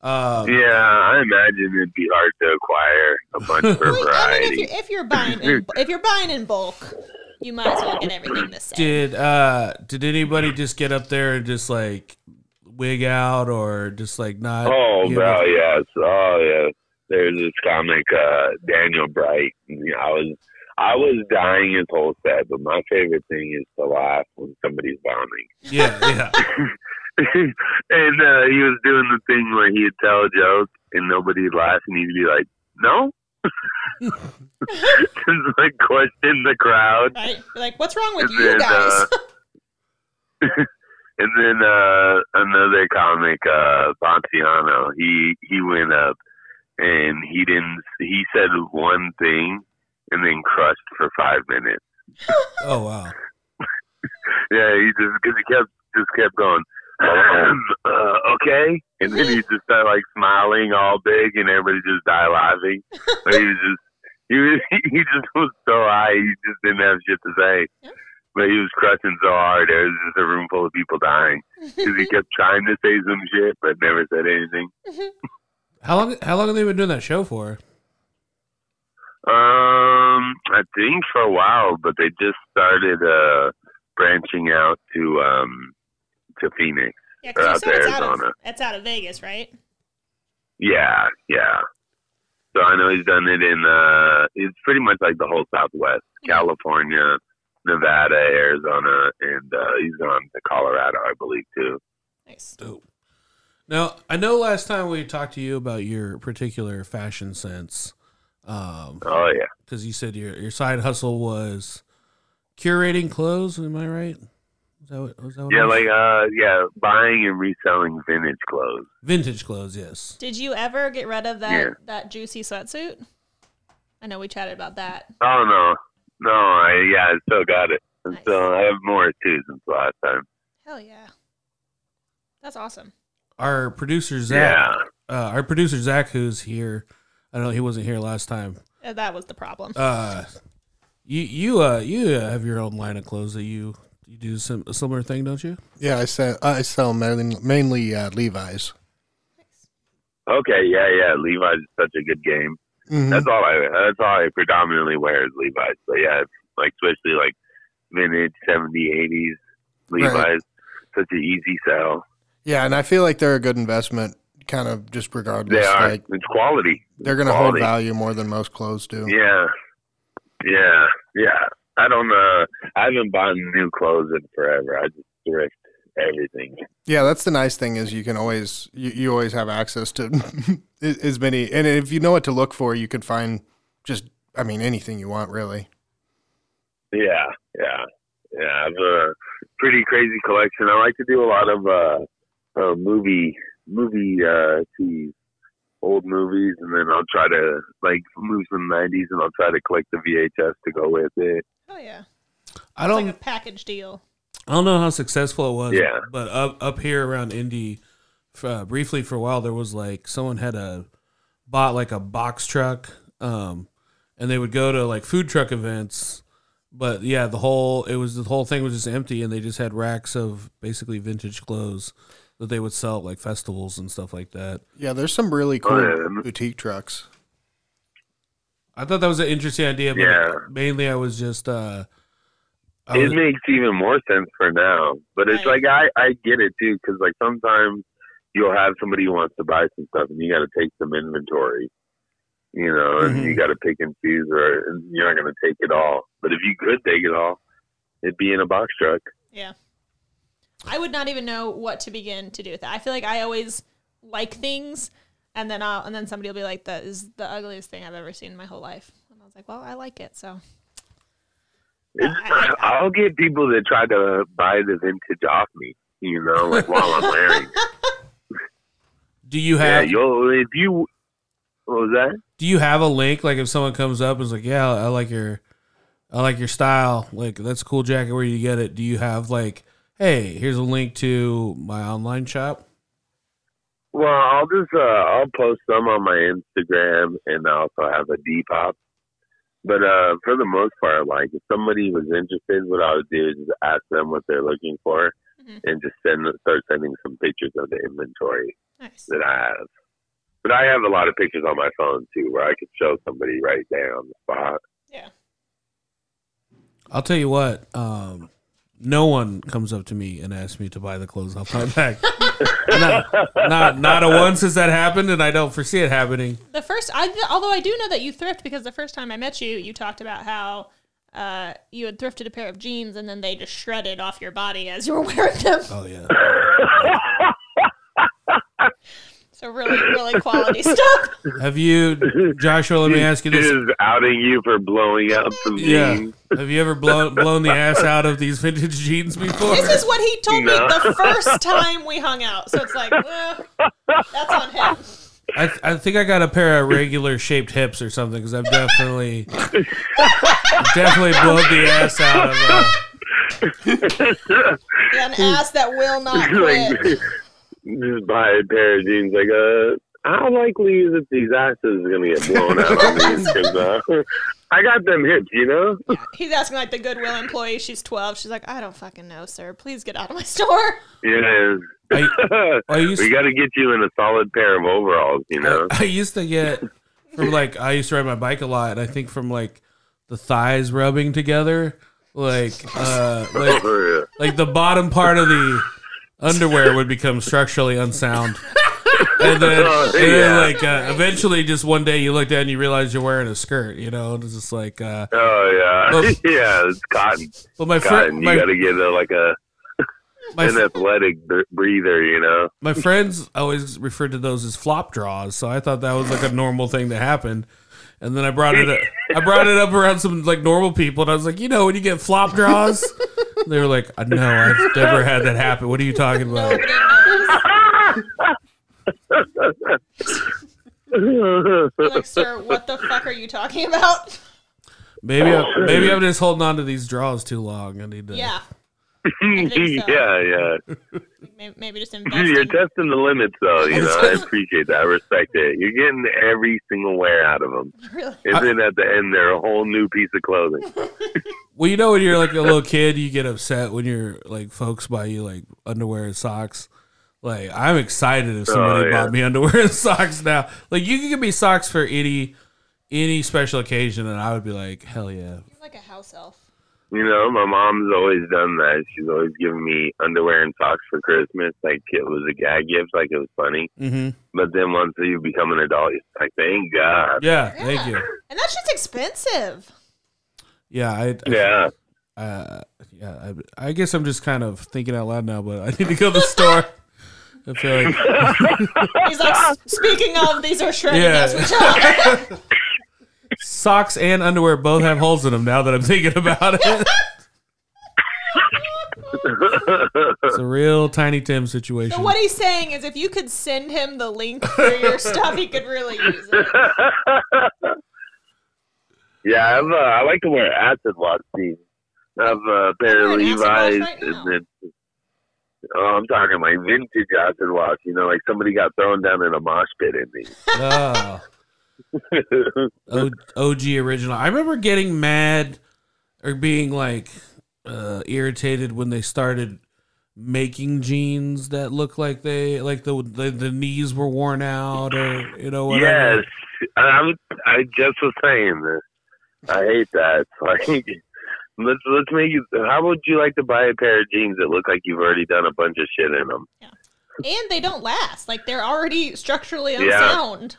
[SPEAKER 1] Uh,
[SPEAKER 6] Yeah, I imagine it'd be hard to acquire a bunch for
[SPEAKER 3] Well, I mean, if
[SPEAKER 6] variety.
[SPEAKER 3] you're, if you're buying in, if you're buying in bulk, you might as well get everything the same.
[SPEAKER 1] Did uh, did anybody just get up there and just like wig out or just like not?
[SPEAKER 6] Oh,
[SPEAKER 1] give
[SPEAKER 6] well,
[SPEAKER 1] Uh, a-
[SPEAKER 6] yes. Oh, yeah. There's this comic, uh, Daniel Bright. and, you know, I was, I was dying his whole set, but my favorite thing is to laugh when somebody's vomiting.
[SPEAKER 1] yeah, yeah.
[SPEAKER 6] and uh, he was doing the thing where he'd tell a joke and nobody'd laugh, and he'd be like, "No." Just like question the crowd.
[SPEAKER 3] Right? You're like, what's wrong with
[SPEAKER 6] And
[SPEAKER 3] you
[SPEAKER 1] uh,
[SPEAKER 6] then,
[SPEAKER 3] guys?
[SPEAKER 6] And then uh, another comic, uh, Ponciano, he he went up and he didn't. He said one thing and then crushed for five minutes.
[SPEAKER 1] Oh wow.
[SPEAKER 6] Yeah, he just because he kept just kept going. uh, okay, and then he just started like smiling all big, and everybody just died laughing. But he was just he was, he just was so high, he just didn't have shit to say. But he was crushing so hard, there was just a room full of people dying. Because he kept trying to say some shit, but never said anything.
[SPEAKER 1] How long? How long have they been doing that show for?
[SPEAKER 6] Um, I think for a while, but they just started uh branching out to um to Phoenix.
[SPEAKER 3] yeah, 'cause you
[SPEAKER 6] out
[SPEAKER 3] said
[SPEAKER 6] to
[SPEAKER 3] it's out, of,
[SPEAKER 6] Arizona.
[SPEAKER 3] it's out of Vegas, right?
[SPEAKER 6] Yeah, yeah. So I know he's done it in uh it's pretty much like the whole Southwest. California, Nevada, Arizona, and uh he's gone to Colorado, I believe too.
[SPEAKER 3] Nice.
[SPEAKER 1] Dope. Now I know last time we talked to you about your particular fashion sense, um, because
[SPEAKER 6] Oh yeah.
[SPEAKER 1] you said your your side hustle was curating clothes. Am I right? Is that what, was that what
[SPEAKER 6] Yeah,
[SPEAKER 1] it was?
[SPEAKER 6] like uh, yeah, buying and reselling vintage clothes.
[SPEAKER 1] vintage clothes. Yes.
[SPEAKER 3] Did you ever get rid of that
[SPEAKER 6] Yeah.
[SPEAKER 3] that juicy sweatsuit? I know we chatted about that.
[SPEAKER 6] Oh no, no, I yeah, I still got it. And
[SPEAKER 3] Nice.
[SPEAKER 6] so I have more too since last time.
[SPEAKER 3] Hell yeah. That's awesome.
[SPEAKER 1] Our producer Zach.
[SPEAKER 6] Yeah,
[SPEAKER 1] Uh, our producer Zach, who's here. I know he wasn't here last time.
[SPEAKER 3] Uh, That was the problem.
[SPEAKER 1] Uh, you you uh you uh, have your own line of clothes that you you do some a similar thing, don't you?
[SPEAKER 4] Yeah, I sell I sell mainly, mainly uh, Levi's.
[SPEAKER 6] okay, yeah, yeah. Levi's is such a good game.
[SPEAKER 4] Mm-hmm.
[SPEAKER 6] That's all I. That's all I predominantly wear is Levi's. But yeah, it's like especially like vintage 70s, 80s Levi's.
[SPEAKER 4] Right.
[SPEAKER 6] Such an easy sell.
[SPEAKER 4] Yeah, and I feel like they're a good investment, kind of just regardless.
[SPEAKER 6] They are.
[SPEAKER 4] Like
[SPEAKER 6] it's quality.
[SPEAKER 4] they're going to hold
[SPEAKER 6] Quality.
[SPEAKER 4] value more than most clothes do.
[SPEAKER 6] Yeah, yeah, yeah. I don't. Uh, I haven't bought new clothes in forever. I just thrift everything.
[SPEAKER 4] Yeah, that's the nice thing is you can always you, you always have access to as many, and if you know what to look for, you can find just I mean anything you want really.
[SPEAKER 6] Yeah, yeah, yeah. I have a pretty crazy collection. I like to do a lot of uh, uh movie movie uh tees, old movies, and then I'll try to like move some '90s, and I'll try to collect the VHS to go with it.
[SPEAKER 3] Hell yeah.
[SPEAKER 1] I
[SPEAKER 3] It's
[SPEAKER 1] don't
[SPEAKER 6] Um,
[SPEAKER 3] like a package deal.
[SPEAKER 1] I don't know how successful it was.
[SPEAKER 6] Yeah.
[SPEAKER 1] But up up here around Indy, f- uh, briefly for a while, there was like someone had a bought like a box truck, um, and they would go to like food truck events. But yeah, the whole it was the whole thing was just empty, and they just had racks of basically vintage clothes that they would sell at like festivals and stuff like that.
[SPEAKER 4] Yeah, there's some really cool
[SPEAKER 6] Oh, yeah.
[SPEAKER 4] boutique trucks.
[SPEAKER 1] I thought that was an interesting idea, but
[SPEAKER 6] Yeah.
[SPEAKER 1] mainly I was just uh, I
[SPEAKER 6] It
[SPEAKER 1] was,
[SPEAKER 6] makes even more sense for now, but it's
[SPEAKER 3] Right.
[SPEAKER 6] like I I get it too, because like sometimes you'll have somebody who wants to buy some stuff, and you got to take some inventory. You know, and you
[SPEAKER 1] Mhm.
[SPEAKER 6] got to pick and choose, or and you're not going to take it all. But if you could take it all, it'd be in a box truck.
[SPEAKER 3] Yeah. I would not even know what to begin to do with that. I feel like I always like things and then I'll and then somebody will be like, That is the ugliest thing I've ever seen in my whole life. And I was like, Well, I like it, so
[SPEAKER 6] It's,
[SPEAKER 3] I-
[SPEAKER 6] I'll get people that try to buy the vintage off me. You know, like while I'm wearing. it.
[SPEAKER 1] do you
[SPEAKER 6] Yeah,
[SPEAKER 1] have
[SPEAKER 6] you'll if you. What was that?
[SPEAKER 1] do you have a link like if someone comes up and is like yeah i like your i like your style like that's a cool jacket where you get it do you have like hey here's a link to my online shop
[SPEAKER 6] Well, I'll just uh, I'll post some on my Instagram, and I also have a Depop. But uh, for the most part, like if somebody was interested, what I would do is just ask them what they're looking for,
[SPEAKER 3] Mhm.
[SPEAKER 6] and just send start sending some pictures of the inventory
[SPEAKER 3] nice.
[SPEAKER 6] that I have. But I have a lot of pictures on my phone too, where I could show somebody right there on the spot.
[SPEAKER 1] i'll tell you what um no one comes up to me and asks me to buy the clothes off my back not, not not a once has that happened and i don't foresee it happening
[SPEAKER 3] The first, I although I do know that you thrift because the first time I met you, you talked about how uh, you had thrifted a pair of jeans and then they just shredded off your body as you were wearing them.
[SPEAKER 1] oh yeah
[SPEAKER 3] So really, really quality stuff.
[SPEAKER 1] have you joshua let me ask you
[SPEAKER 6] She
[SPEAKER 1] this
[SPEAKER 6] is outing you for blowing up some
[SPEAKER 1] yeah
[SPEAKER 6] jeans.
[SPEAKER 1] have you ever blown blown the ass out of these vintage jeans before
[SPEAKER 3] This is what he told
[SPEAKER 6] No.
[SPEAKER 3] me the first time we hung out. So it's like, well, that's on him.
[SPEAKER 1] I, th- I think I got a pair of regular shaped hips or something because I've definitely definitely blown the ass out of. Uh,
[SPEAKER 3] An ass that will not
[SPEAKER 6] like
[SPEAKER 3] quit.
[SPEAKER 6] just buy a pair of jeans. Like, uh, how likely is it these asses are gonna get blown out on these? 'Cause, uh, I got them hips, you know.
[SPEAKER 3] He's asking like the Goodwill employee. She's twelve. She's like, I don't fucking know, sir. Please get out of my store.
[SPEAKER 6] Yeah,
[SPEAKER 1] I, I used
[SPEAKER 6] we got to get you in a solid pair of overalls, you know.
[SPEAKER 1] I used to get from like I used to ride my bike a lot, and I think from like the thighs rubbing together, like uh, like
[SPEAKER 6] For,
[SPEAKER 1] like the bottom part of the underwear would become structurally unsound. And then,
[SPEAKER 6] Oh,
[SPEAKER 1] and then
[SPEAKER 6] yeah.
[SPEAKER 1] like, uh, eventually, just one day you look down and you realize you're wearing a skirt, you know? and It's just like, uh,
[SPEAKER 6] uh, oh yeah,
[SPEAKER 1] Oops.
[SPEAKER 6] yeah, it's cotton.
[SPEAKER 1] but my friend,
[SPEAKER 6] Cotton. You
[SPEAKER 1] my,
[SPEAKER 6] got to get uh, like a
[SPEAKER 1] My,
[SPEAKER 6] an athletic b- breather, you know.
[SPEAKER 1] my friends always referred to those as flop draws, so I thought that was like a normal thing that happened. And then I brought it up, I brought it up around some like normal people, and I was like, you know, when you get flop draws, And they were like, "Uh, no, I've never had that happen. What are you talking about?
[SPEAKER 3] Nobody knows. You're like, sir, what the fuck are you talking about?
[SPEAKER 1] Maybe I, maybe I'm just holding on to these draws too long. I need to.
[SPEAKER 3] Yeah.
[SPEAKER 6] yeah,
[SPEAKER 3] I think so.
[SPEAKER 6] yeah.
[SPEAKER 3] Maybe, maybe just invest
[SPEAKER 6] You're
[SPEAKER 3] in
[SPEAKER 6] testing the limits, though. You know, I appreciate that. I respect it. You're getting every single wear out of them.
[SPEAKER 3] really
[SPEAKER 6] Isn't at the end there a whole new piece of clothing?
[SPEAKER 1] Well, you know, when you're like a little kid, you get upset when your like folks buy you like underwear and socks. Like I'm excited if somebody
[SPEAKER 6] Oh, yeah.
[SPEAKER 1] bought me underwear and socks now. Like you can give me socks for any any special occasion, and I would be like, hell yeah.
[SPEAKER 3] He's like a house elf.
[SPEAKER 6] You know, my mom's always done that. She's always given me underwear and socks for Christmas. Like it was a gag gift. Like it was funny.
[SPEAKER 1] Mm-hmm.
[SPEAKER 6] But then once you become an adult, it's like, thank God.
[SPEAKER 1] Yeah, thank you.
[SPEAKER 3] And that shit's expensive.
[SPEAKER 1] Yeah, I, I
[SPEAKER 6] Yeah.
[SPEAKER 1] uh, yeah. I, I guess I'm just kind of thinking out loud now, but I need to go to the store. I feel like
[SPEAKER 3] He's like, "S- speaking of, these are shredded
[SPEAKER 1] Yeah.
[SPEAKER 3] as we talk.
[SPEAKER 1] socks and underwear both have holes in them. Now that I'm thinking about it, it's a real Tiny Tim situation.
[SPEAKER 3] So what he's saying is if you could send him the link for your stuff, he could really use it.
[SPEAKER 6] yeah, I've, uh, I like to wear acid wash jeans. I have a pair
[SPEAKER 3] You're an
[SPEAKER 6] of
[SPEAKER 3] acid wash
[SPEAKER 6] Levi's.
[SPEAKER 3] right now.
[SPEAKER 6] and then, oh, I'm talking like vintage acid wash. You know, like somebody got thrown down in a mosh pit in these.
[SPEAKER 1] Oh. O- OG original. I remember getting mad or being like uh, irritated when they started making jeans that look like they like the the, the knees were worn out or you know whatever.
[SPEAKER 6] yes, I'm, I just was saying this. I hate that. It's like. Let's let's make you. How would you like to buy a pair of jeans that look like you've already done a bunch of shit in them?
[SPEAKER 3] And they don't last. Like they're already structurally
[SPEAKER 6] Yeah.
[SPEAKER 3] unsound.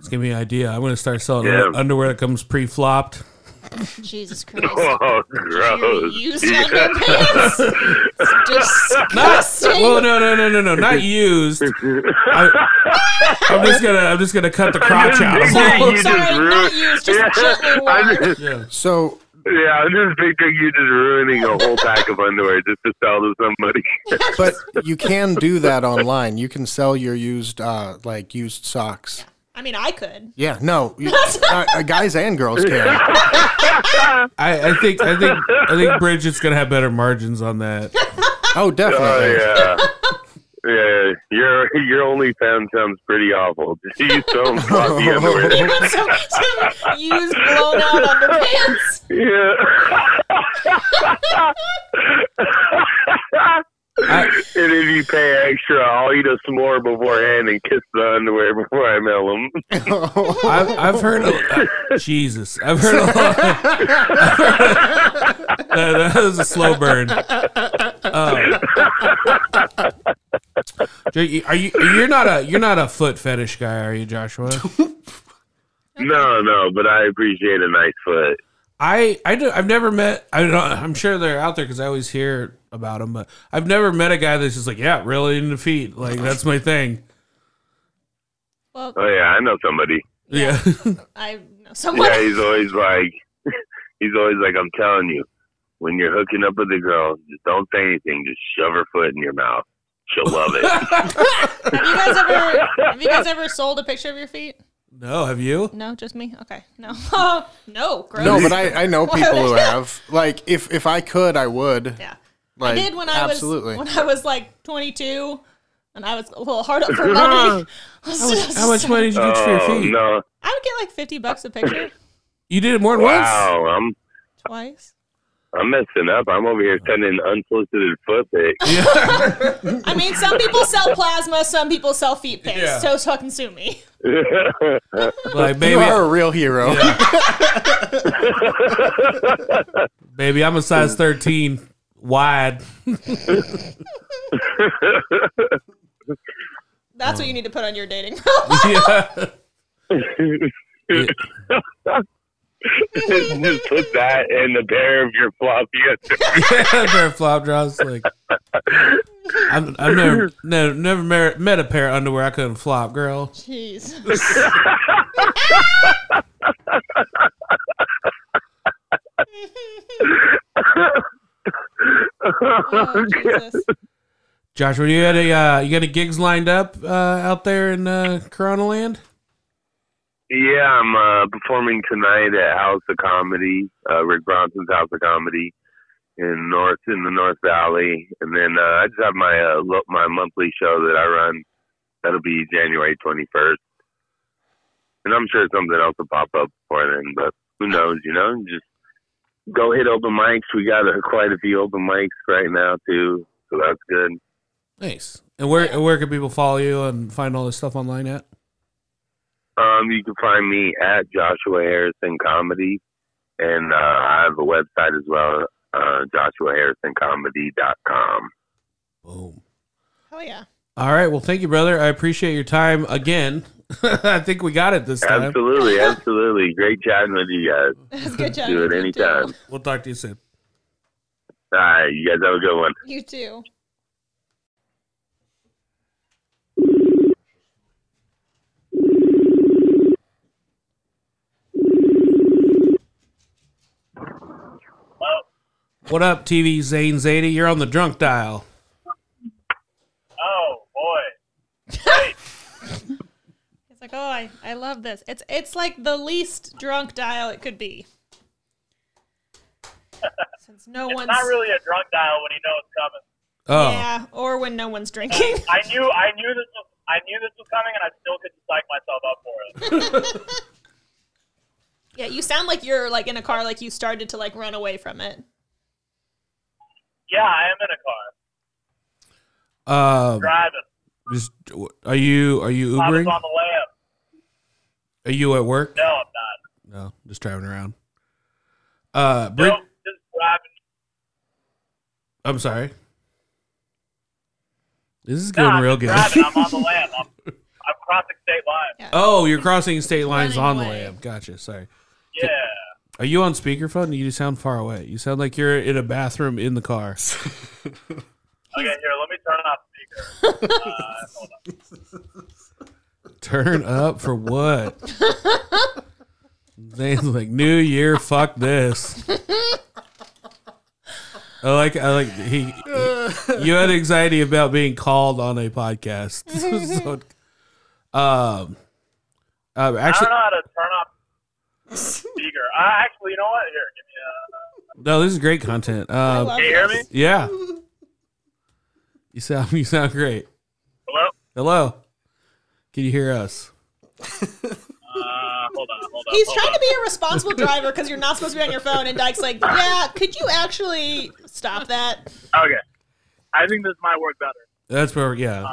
[SPEAKER 1] Just give me an idea. I'm gonna start selling
[SPEAKER 6] Yeah.
[SPEAKER 1] underwear that comes pre-flopped.
[SPEAKER 3] Jesus Christ.
[SPEAKER 6] oh,
[SPEAKER 3] You
[SPEAKER 6] gross!
[SPEAKER 3] used
[SPEAKER 6] Yeah.
[SPEAKER 3] underpants. It's
[SPEAKER 1] Not
[SPEAKER 3] disgusting.
[SPEAKER 1] well, no, no, no, no, no, not used. I, I'm just gonna I'm just gonna cut the crotch out.
[SPEAKER 6] Sorry, you
[SPEAKER 3] Sorry,
[SPEAKER 6] just
[SPEAKER 3] not
[SPEAKER 6] ruined-
[SPEAKER 3] used, just gently
[SPEAKER 6] I
[SPEAKER 3] worn.
[SPEAKER 6] just,
[SPEAKER 1] Yeah.
[SPEAKER 4] So
[SPEAKER 6] yeah, I'm just picturing you just ruining a whole pack of underwear just to sell to somebody.
[SPEAKER 4] but you can do that online. You can sell your used, uh, like used socks.
[SPEAKER 3] I mean, I could.
[SPEAKER 4] Yeah, no, you- uh, uh, guys and girls can.
[SPEAKER 1] I, I think I think I think Bridget's gonna have better margins on that.
[SPEAKER 4] Oh,
[SPEAKER 6] Oh
[SPEAKER 4] definitely.
[SPEAKER 6] yeah. Yeah, your your OnlyFans sounds pretty awful. Just use some floppy underwear.
[SPEAKER 3] He went some, some used blown out underpants.
[SPEAKER 6] Yeah,
[SPEAKER 1] I,
[SPEAKER 6] and if you pay extra, I'll eat a s'more beforehand and kiss the underwear before I mail them.
[SPEAKER 1] I've, I've heard a, uh, Jesus. I've heard a lot. that, that was a slow burn. Um, Jake, are you? You're not a. You're not a foot fetish guy, are you, Joshua?
[SPEAKER 6] No, no, but I appreciate a nice foot.
[SPEAKER 1] I I do, I've never met. I don't, I'm sure they're out there because I always hear about them. But I've never met a guy that's just like, yeah, really into feet. Like that's my thing.
[SPEAKER 3] Well,
[SPEAKER 6] Oh yeah, I know somebody.
[SPEAKER 1] Yeah.
[SPEAKER 3] I know someone.
[SPEAKER 6] Yeah, he's always like, he's always like, I'm telling you, when you're hooking up with a girl, just don't say anything. Just shove her foot in your mouth. She'll love it.
[SPEAKER 3] Have you guys ever? Have you guys ever sold a picture of your feet?
[SPEAKER 1] no, have you?
[SPEAKER 3] No, just me. Okay, no, no, gross.
[SPEAKER 4] No, but I, I know people who have. Like, if if I could, I would.
[SPEAKER 3] yeah,
[SPEAKER 4] Like,
[SPEAKER 3] I did when I
[SPEAKER 4] absolutely.
[SPEAKER 3] was when I was like 22, and I was a little hard up for money.
[SPEAKER 1] How much, how much money did you get for your
[SPEAKER 6] Oh
[SPEAKER 1] feet?
[SPEAKER 6] no!
[SPEAKER 3] I would get like 50 bucks a picture
[SPEAKER 1] You did it more than once.
[SPEAKER 6] Wow, I'm
[SPEAKER 3] twice.
[SPEAKER 6] I'm messing up. I'm over here sending unsolicited foot pics.
[SPEAKER 3] I mean, some people sell plasma, some people sell feet pics.
[SPEAKER 1] Yeah.
[SPEAKER 3] So fucking sue me.
[SPEAKER 1] Like,
[SPEAKER 4] you
[SPEAKER 1] baby,
[SPEAKER 4] are a real hero.
[SPEAKER 1] Baby, I'm a size 13 wide.
[SPEAKER 3] That's what you need to put on your dating. profile.
[SPEAKER 1] yeah.
[SPEAKER 3] Oh,
[SPEAKER 6] just put that in the pair of your floppy.
[SPEAKER 1] yeah, pair of flop drops. Like, I'm, I've never, never, never mer- met a pair of underwear I couldn't flop, girl.
[SPEAKER 3] Jeez. Oh, Jesus.
[SPEAKER 1] Joshua, you had a, uh, you got a gigs lined up uh, out there in uh, Corona Land?
[SPEAKER 6] Yeah, I'm uh, performing tonight at House of Comedy, uh, Rick Bronson's House of Comedy in North in the North Valley, and then uh, I just have my uh, lo- my monthly show that I run. That'll be January 21st, and I'm sure something else will pop up before then. But who knows? You know, just go hit open mics. We got uh, quite a few open mics right now too, so that's good.
[SPEAKER 1] Nice. And where where can people follow you and find all this stuff online at?
[SPEAKER 6] Um, you can find me at Joshua Harrison Comedy, and uh, I have a website as well, uh, joshuaharrisoncomedy.com.
[SPEAKER 1] Boom.
[SPEAKER 3] Hell Oh, yeah.
[SPEAKER 1] All right. Well, thank you, brother. I appreciate your time again. I think we got it this time.
[SPEAKER 6] Absolutely, absolutely. Great chatting with you guys.
[SPEAKER 3] That's good job.
[SPEAKER 6] Do it anytime.
[SPEAKER 1] We'll talk to you soon.
[SPEAKER 6] All right, you guys have a good one.
[SPEAKER 3] You too.
[SPEAKER 1] What up, TV Zane Zadie? You're on the drunk dial.
[SPEAKER 7] Oh boy.
[SPEAKER 3] It's like, oh, I, I love this. It's it's like the least drunk dial it could be. Since no
[SPEAKER 7] It's
[SPEAKER 3] one's
[SPEAKER 7] not really a drunk dial when you know it's coming.
[SPEAKER 1] Oh,
[SPEAKER 3] yeah, or when no one's drinking.
[SPEAKER 7] I knew I knew this was I knew this was coming and I still couldn't psych myself up for it.
[SPEAKER 3] yeah, you sound like you're like in a car, like you started to like run away from it.
[SPEAKER 7] Yeah, I am in
[SPEAKER 1] uh,
[SPEAKER 7] a car. Driving.
[SPEAKER 1] just are you are you
[SPEAKER 7] I was
[SPEAKER 1] Ubering?
[SPEAKER 7] on the lamb.
[SPEAKER 1] Are you at work?
[SPEAKER 7] No, I'm not.
[SPEAKER 1] No, just driving around. Uh, Brit-
[SPEAKER 7] Nope, just driving.
[SPEAKER 1] I'm sorry. This is
[SPEAKER 7] Nah,
[SPEAKER 1] going
[SPEAKER 7] I'm
[SPEAKER 1] real
[SPEAKER 7] just
[SPEAKER 1] good.
[SPEAKER 7] driving. I'm on the lamb. I'm, I'm crossing state lines.
[SPEAKER 1] oh, you're crossing state lines
[SPEAKER 3] Running
[SPEAKER 1] on the
[SPEAKER 3] away.
[SPEAKER 1] lamb. Gotcha. Sorry.
[SPEAKER 7] Yeah.
[SPEAKER 1] Are you on speakerphone? You sound far away. You sound like you're in a bathroom in the car.
[SPEAKER 7] Okay, here, let me turn off speaker.
[SPEAKER 1] Turn up for what? Zane's like, New Year, fuck this. I like, I like, he, he- you had anxiety about being called on a podcast. So, um, um,
[SPEAKER 7] I
[SPEAKER 1] actually,
[SPEAKER 7] don't know how to turn off speaker. I actually, you know what? Here, give me a.
[SPEAKER 1] no, this is great content. Um,
[SPEAKER 3] love
[SPEAKER 7] Can you hear me?
[SPEAKER 1] yeah. You sound, you sound great.
[SPEAKER 7] Hello.
[SPEAKER 1] Hello. Can you hear us?
[SPEAKER 7] Uh, hold on, hold on.
[SPEAKER 3] He's
[SPEAKER 7] hold
[SPEAKER 3] trying
[SPEAKER 7] on.
[SPEAKER 3] to be a responsible driver because you're not supposed to be on your phone. And Dyke's like, yeah, could you actually stop that?
[SPEAKER 7] Okay. I think this might work better.
[SPEAKER 1] That's where, yeah.
[SPEAKER 7] Uh,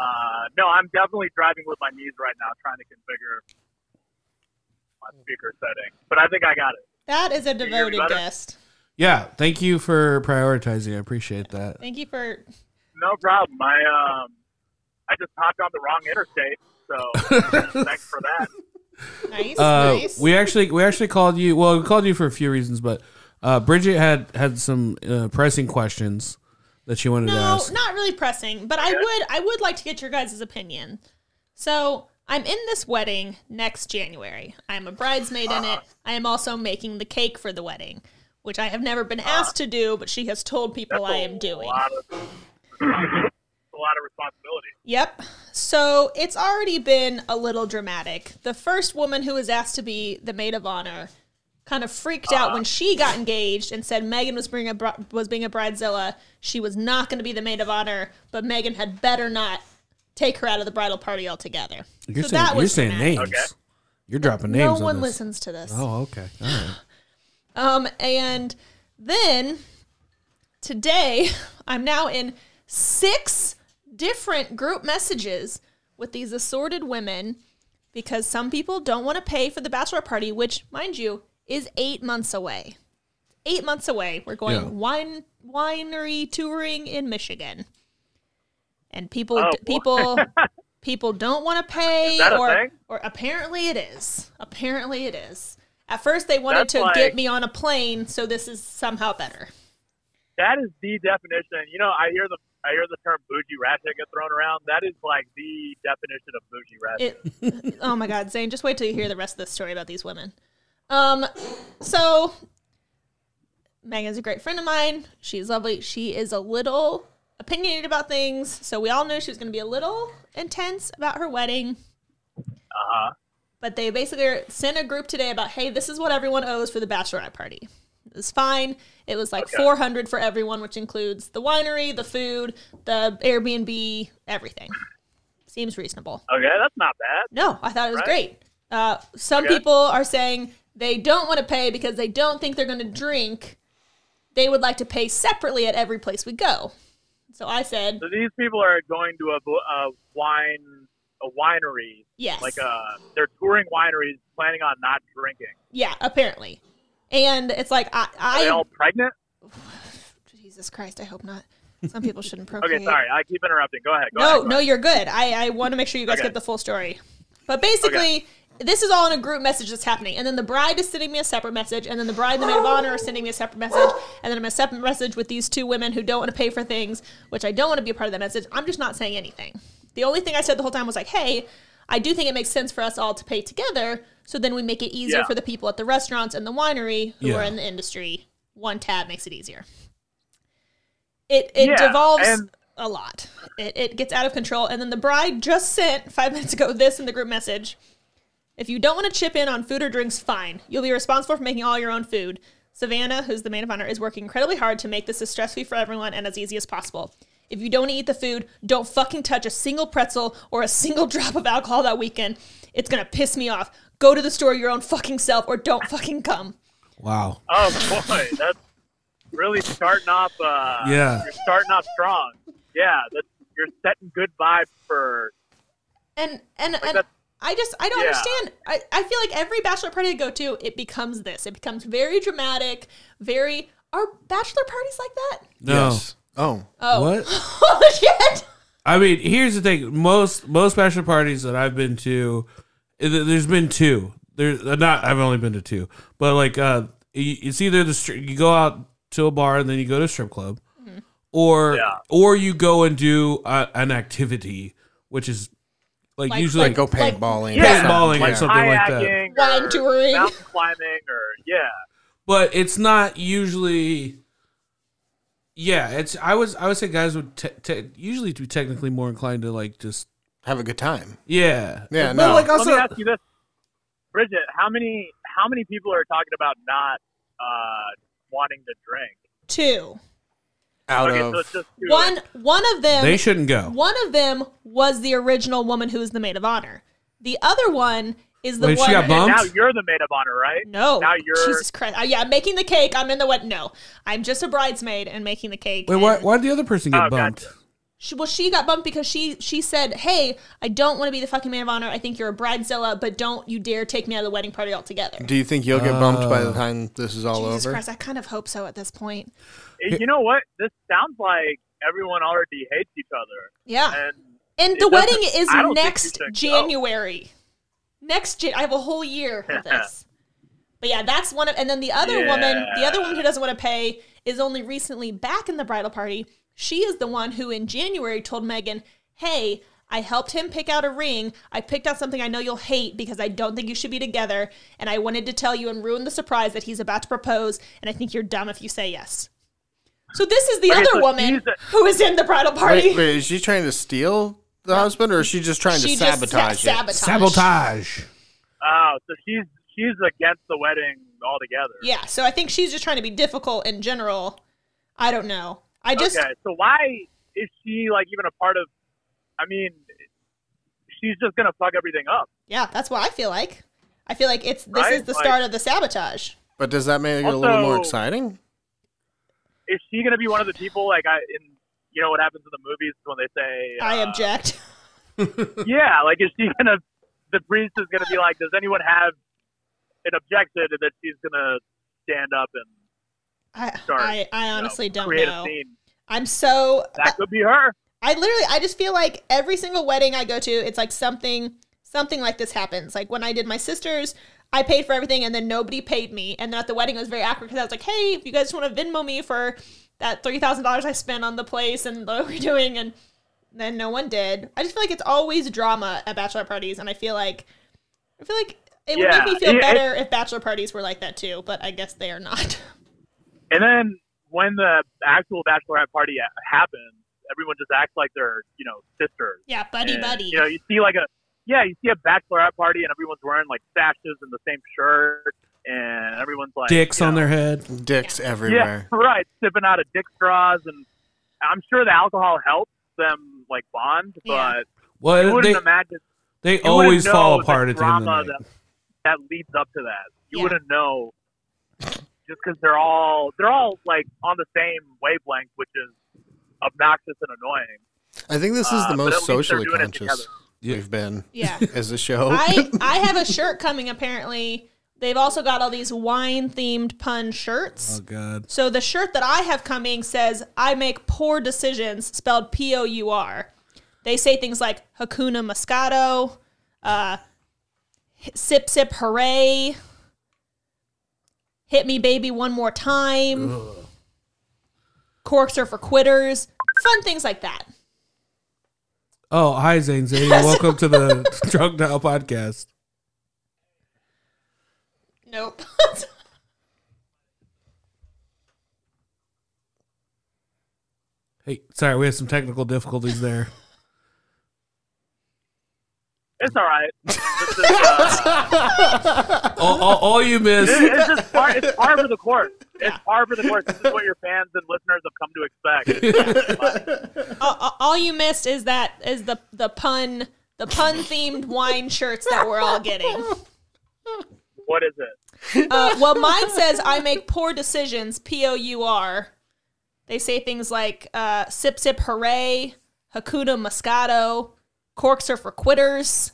[SPEAKER 7] no, I'm definitely driving with my knees right now, trying to configure my speaker setting. But I think I got it.
[SPEAKER 3] That is a devoted
[SPEAKER 7] better?
[SPEAKER 3] guest.
[SPEAKER 1] Yeah, thank you for prioritizing. I appreciate that.
[SPEAKER 3] Thank you for.
[SPEAKER 7] No problem. I um, I just hopped on the wrong interstate, so thanks for that.
[SPEAKER 3] Nice.
[SPEAKER 1] Uh,
[SPEAKER 3] nice.
[SPEAKER 1] we actually we actually called you. Well, we called you for a few reasons, but uh, Bridget had had some uh, pressing questions that she wanted to
[SPEAKER 3] No,
[SPEAKER 1] ask.
[SPEAKER 3] not really pressing, but I would I would like to get your guys' opinion. So I'm in this wedding next January. I am a bridesmaid in it. I am also making the cake for the wedding, which I have never been asked to do, but she has told people I am doing.
[SPEAKER 7] A lot of, a lot of responsibility.
[SPEAKER 3] Yep. So it's already been a little dramatic. The first woman who was asked to be the maid of honor kind of freaked out when she got engaged and said Megan was being a bri- was being a bridezilla. She was not going to be the maid of honor, but Megan had better not take her out of the bridal party altogether.
[SPEAKER 1] You're
[SPEAKER 3] so
[SPEAKER 1] saying
[SPEAKER 3] that
[SPEAKER 1] you're
[SPEAKER 3] was
[SPEAKER 1] saying
[SPEAKER 3] dramatic.
[SPEAKER 1] names.
[SPEAKER 7] Okay.
[SPEAKER 1] You're dropping names.
[SPEAKER 3] No
[SPEAKER 1] on
[SPEAKER 3] one
[SPEAKER 1] this.
[SPEAKER 3] listens to this.
[SPEAKER 1] Oh, okay. All right.
[SPEAKER 3] Um, and then today I'm now in six different group messages with these assorted women because some people don't want to pay for the bachelor party, which, mind you, is eight months away. Eight months away. We're going
[SPEAKER 1] Yeah.
[SPEAKER 3] wine winery touring in Michigan, and people
[SPEAKER 7] Oh, boy.
[SPEAKER 3] people people don't want to pay
[SPEAKER 7] that a
[SPEAKER 3] or
[SPEAKER 7] thing?
[SPEAKER 3] or apparently it is. Apparently it is. At first, they wanted
[SPEAKER 7] That's
[SPEAKER 3] to
[SPEAKER 7] like-
[SPEAKER 3] get me on a plane, so this is somehow better.
[SPEAKER 7] That is the definition. You know, I hear the I hear the term bougie ratchet get thrown around. That is like the definition of bougie ratchet.
[SPEAKER 3] It, oh my God, Zane, just wait till you hear the rest of this story about these women. Um, so Megan's a great friend of mine. She's lovely. She is a little opinionated about things, so we all knew she was going to be a little intense about her wedding.
[SPEAKER 7] Uh-huh.
[SPEAKER 3] But they basically sent a group today about, hey, this is what everyone owes for the bachelorette party. It was fine. It was like 400 for everyone, which includes the winery, the food, the Airbnb, everything. Seems reasonable.
[SPEAKER 7] Okay, that's not bad.
[SPEAKER 3] No, I thought it was
[SPEAKER 7] Right.
[SPEAKER 3] great. Uh, some
[SPEAKER 7] Okay.
[SPEAKER 3] people are saying they don't want to pay because they don't think they're going to drink. They would like to pay separately at every place we go. So I said,
[SPEAKER 7] So these people are going to a, bo- a wine a winery,
[SPEAKER 3] yes.
[SPEAKER 7] like uh they're touring wineries, planning on not drinking.
[SPEAKER 3] yeah, apparently. And it's like, I,
[SPEAKER 7] Are
[SPEAKER 3] I
[SPEAKER 7] they all pregnant?
[SPEAKER 3] Jesus Christ, I hope not. Some people shouldn't procreate.
[SPEAKER 7] Okay, sorry, I keep interrupting. Go ahead. Go
[SPEAKER 3] no,
[SPEAKER 7] ahead, go
[SPEAKER 3] no,
[SPEAKER 7] ahead.
[SPEAKER 3] you're good. I, I want to make sure you guys
[SPEAKER 7] Okay.
[SPEAKER 3] get the full story. But basically, this is all in a group message that's happening. And then the bride is sending me a separate message. And then the bride and the maid of honor are sending me a separate message. And then I'm a separate message with these two women who don't want to pay for things, which I don't want to be a part of that message. I'm just not saying anything. The only thing I said the whole time was like, hey, I do think it makes sense for us all to pay together. So then we make it easier
[SPEAKER 7] Yeah.
[SPEAKER 3] for the people at the restaurants and the winery who are
[SPEAKER 1] Yeah.
[SPEAKER 3] in the industry. One tab makes it easier. It, it
[SPEAKER 7] Yeah,
[SPEAKER 3] devolves
[SPEAKER 7] and-
[SPEAKER 3] a lot. It, it gets out of control. And then the bride just sent five minutes ago this in the group message. If you don't want to chip in on food or drinks, fine. You'll be responsible for making all your own food. Savannah, who's the maid of honor, is working incredibly hard to make this as stress free for everyone and as easy as possible. If you don't eat the food, don't fucking touch a single pretzel or a single drop of alcohol that weekend. It's gonna piss me off. Go to the store your own fucking self or don't fucking come.
[SPEAKER 1] Wow.
[SPEAKER 7] Oh boy, that's really starting off. Uh,
[SPEAKER 1] Yeah.
[SPEAKER 7] you're starting off strong. Yeah, that's, you're setting good vibes for.
[SPEAKER 3] And and and
[SPEAKER 7] that's-
[SPEAKER 3] I just I don't
[SPEAKER 7] Yeah.
[SPEAKER 3] understand. I, I feel like every bachelor party I go to, it becomes this. It becomes very dramatic, very are bachelor parties like that?
[SPEAKER 1] No.
[SPEAKER 4] Oh,
[SPEAKER 3] Oh
[SPEAKER 1] What?
[SPEAKER 3] Holy shit.
[SPEAKER 1] I mean, here's the thing. Most most bachelor parties that I've been to, eh, th- there's been two. There's uh, not. I've only been to two, but like, uh, y- it's either the stri- you go out to a bar and then you go to a strip club, or
[SPEAKER 7] Yeah.
[SPEAKER 1] or you go and do uh, an activity, which is like,
[SPEAKER 3] Like-
[SPEAKER 1] usually
[SPEAKER 4] like go
[SPEAKER 3] Like-
[SPEAKER 4] paintballing.
[SPEAKER 7] Yeah.
[SPEAKER 1] Paintballing or
[SPEAKER 4] Yeah.
[SPEAKER 1] something. like that.
[SPEAKER 7] Kayaking,
[SPEAKER 3] Wine
[SPEAKER 7] or
[SPEAKER 3] touring.
[SPEAKER 7] mountain climbing, or yeah,
[SPEAKER 1] but it's not usually. Yeah, it's. I was. I would say guys would te- te- usually be technically more inclined to like just.
[SPEAKER 4] Have a good time.
[SPEAKER 1] Yeah.
[SPEAKER 4] Yeah,
[SPEAKER 1] But,
[SPEAKER 4] no.
[SPEAKER 1] Like
[SPEAKER 7] Let
[SPEAKER 1] also,
[SPEAKER 7] me ask you this, Bridget: How many how many people are talking about not uh, wanting to drink?
[SPEAKER 3] Two.
[SPEAKER 4] Out
[SPEAKER 7] Okay,
[SPEAKER 4] of
[SPEAKER 7] so it's just two.
[SPEAKER 3] One one of them
[SPEAKER 1] they shouldn't go.
[SPEAKER 3] Um, one of them was the original woman who was the maid of honor. The other one is the
[SPEAKER 1] Wait, she
[SPEAKER 3] one
[SPEAKER 1] got bumped?
[SPEAKER 7] Now you're the maid of honor, right?
[SPEAKER 3] um, No.
[SPEAKER 7] Now you're.
[SPEAKER 3] Jesus Christ. Uh, yeah, I'm making the cake. I'm in the what? No. I'm just a bridesmaid and making the cake.
[SPEAKER 1] Wait, why,
[SPEAKER 3] and-
[SPEAKER 1] why'd the other person get
[SPEAKER 7] Oh,
[SPEAKER 1] bumped?
[SPEAKER 7] gotcha.
[SPEAKER 3] She, well, she got bumped because she she said, "Hey, I don't want to be the fucking maid of honor. I think you're a bridezilla, but don't you dare take me out of the wedding party altogether."
[SPEAKER 4] Do you think you'll get bumped by the time this is all
[SPEAKER 3] Jesus
[SPEAKER 4] over?
[SPEAKER 3] Christ, I kind of hope so at this point.
[SPEAKER 7] You know what? This sounds like everyone already hates each other,
[SPEAKER 3] Yeah.
[SPEAKER 7] and
[SPEAKER 3] And
[SPEAKER 7] It
[SPEAKER 3] the
[SPEAKER 7] doesn't-
[SPEAKER 3] wedding is
[SPEAKER 7] I don't think
[SPEAKER 3] next
[SPEAKER 7] you should go.
[SPEAKER 3] January. Next Jan- I have a whole year of this. But yeah, that's one of and then the other woman, the other woman who doesn't want to pay is only recently back in the bridal party. She is the one who in January told Megan, "Hey, I helped him pick out a ring. I picked out something I know you'll hate because I don't think you should be together, and I wanted to tell you and ruin the surprise that he's about to propose, and I think you're dumb if you say yes." So this is the
[SPEAKER 7] Okay,
[SPEAKER 3] other
[SPEAKER 7] so
[SPEAKER 3] woman
[SPEAKER 7] she's the-
[SPEAKER 3] who is in the bridal party.
[SPEAKER 4] Wait, wait, is she trying to steal the husband, or is she just trying to
[SPEAKER 3] She just-
[SPEAKER 4] sabotage
[SPEAKER 3] yeah,
[SPEAKER 4] it?
[SPEAKER 1] Sabotage.
[SPEAKER 7] oh, so she's she's against the wedding altogether.
[SPEAKER 3] Yeah, so I think she's just trying to be difficult in general. I don't know. I just
[SPEAKER 7] okay, so why is she like even a part of? I mean, she's just gonna fuck everything up.
[SPEAKER 3] yeah, that's what I feel like. I feel like it's this
[SPEAKER 7] Right?
[SPEAKER 3] is the
[SPEAKER 7] Like-
[SPEAKER 3] start of the sabotage.
[SPEAKER 4] But does that make it a little more
[SPEAKER 7] Also-
[SPEAKER 4] exciting?
[SPEAKER 7] Is she gonna be one of the people like I in? You know what happens in the movies when they say
[SPEAKER 3] I
[SPEAKER 7] uh,
[SPEAKER 3] object.
[SPEAKER 7] Yeah, like is she gonna? The priest is gonna be like, does anyone have an objection and that she's gonna stand up and
[SPEAKER 3] I
[SPEAKER 7] start,
[SPEAKER 3] I, I
[SPEAKER 7] you know,
[SPEAKER 3] honestly don't
[SPEAKER 7] create
[SPEAKER 3] know.
[SPEAKER 7] a scene?
[SPEAKER 3] I'm so
[SPEAKER 7] That could be her.
[SPEAKER 3] I literally I just feel like every single wedding I go to, it's like something something like this happens. Like when I did my sister's, I paid for everything, and then nobody paid me. And then at the wedding, it was very awkward because I was like, "Hey, if you guys want to Venmo me for that three thousand dollars I spent on the place and what we're doing," and then no one did. I just feel like it's always drama at bachelor parties, and I feel like I feel like it would
[SPEAKER 7] Yeah.
[SPEAKER 3] make me feel
[SPEAKER 7] Yeah, it-
[SPEAKER 3] better if bachelor parties were like that too. But I guess they are not.
[SPEAKER 7] And then when the actual bachelorette party ha- happens, everyone just acts like they're you know sisters.
[SPEAKER 3] yeah, buddy,
[SPEAKER 7] And,
[SPEAKER 3] buddy.
[SPEAKER 7] You know, you see like a yeah, you see a bachelorette party and everyone's wearing like sashes and the same shirt, and everyone's like
[SPEAKER 1] Dicks
[SPEAKER 7] you
[SPEAKER 1] on
[SPEAKER 7] know,
[SPEAKER 1] their head.
[SPEAKER 4] Dicks
[SPEAKER 7] yeah,
[SPEAKER 4] everywhere.
[SPEAKER 7] right, sipping out of dick straws, and I'm sure the alcohol helps them like bond,
[SPEAKER 3] Yeah.
[SPEAKER 7] but you
[SPEAKER 1] Well,
[SPEAKER 7] wouldn't
[SPEAKER 1] they,
[SPEAKER 7] imagine
[SPEAKER 1] they
[SPEAKER 7] you wouldn't
[SPEAKER 1] always
[SPEAKER 7] know
[SPEAKER 1] fall
[SPEAKER 7] the
[SPEAKER 1] apart at the end of
[SPEAKER 7] drama
[SPEAKER 1] the night.
[SPEAKER 7] That, that leads up to that. You
[SPEAKER 3] Yeah.
[SPEAKER 7] wouldn't know just because they're all they're all like on the same wavelength, which is obnoxious and annoying.
[SPEAKER 4] I think this is
[SPEAKER 7] Uh,
[SPEAKER 4] the
[SPEAKER 7] but at
[SPEAKER 4] most
[SPEAKER 7] least they're
[SPEAKER 4] socially
[SPEAKER 7] doing it
[SPEAKER 4] conscious
[SPEAKER 7] together.
[SPEAKER 1] Yeah.
[SPEAKER 4] we've been
[SPEAKER 3] Yeah.
[SPEAKER 4] as a show.
[SPEAKER 3] I I have a shirt coming. Apparently, they've also got all these wine themed pun shirts.
[SPEAKER 1] Oh god.
[SPEAKER 3] So the shirt that I have coming says, I make poor decisions, spelled P O U R. They say things like Hakuna Moscato, uh, Sip Sip Hooray, Hit Me Baby One More Time, Corks Are for Quitters, fun things like that.
[SPEAKER 1] Oh, hi Zane Zane. Welcome to the Drunk Dial podcast.
[SPEAKER 3] Nope.
[SPEAKER 1] Hey, sorry, we had some technical difficulties there.
[SPEAKER 7] It's all right. This is, uh,
[SPEAKER 1] all, all, all you missed.
[SPEAKER 7] it- it's just par, it's par for the course. It's
[SPEAKER 3] Yeah.
[SPEAKER 7] par for the course. This is what your fans and listeners have come to expect.
[SPEAKER 3] all, all- all you missed is that is the the pun the pun themed wine shirts that we're all getting.
[SPEAKER 7] What is it?
[SPEAKER 3] Uh, well, mine says I make poor decisions. P O U R. They say things like uh, "sip sip hooray," "Hakuna Moscato," "Corks are for quitters."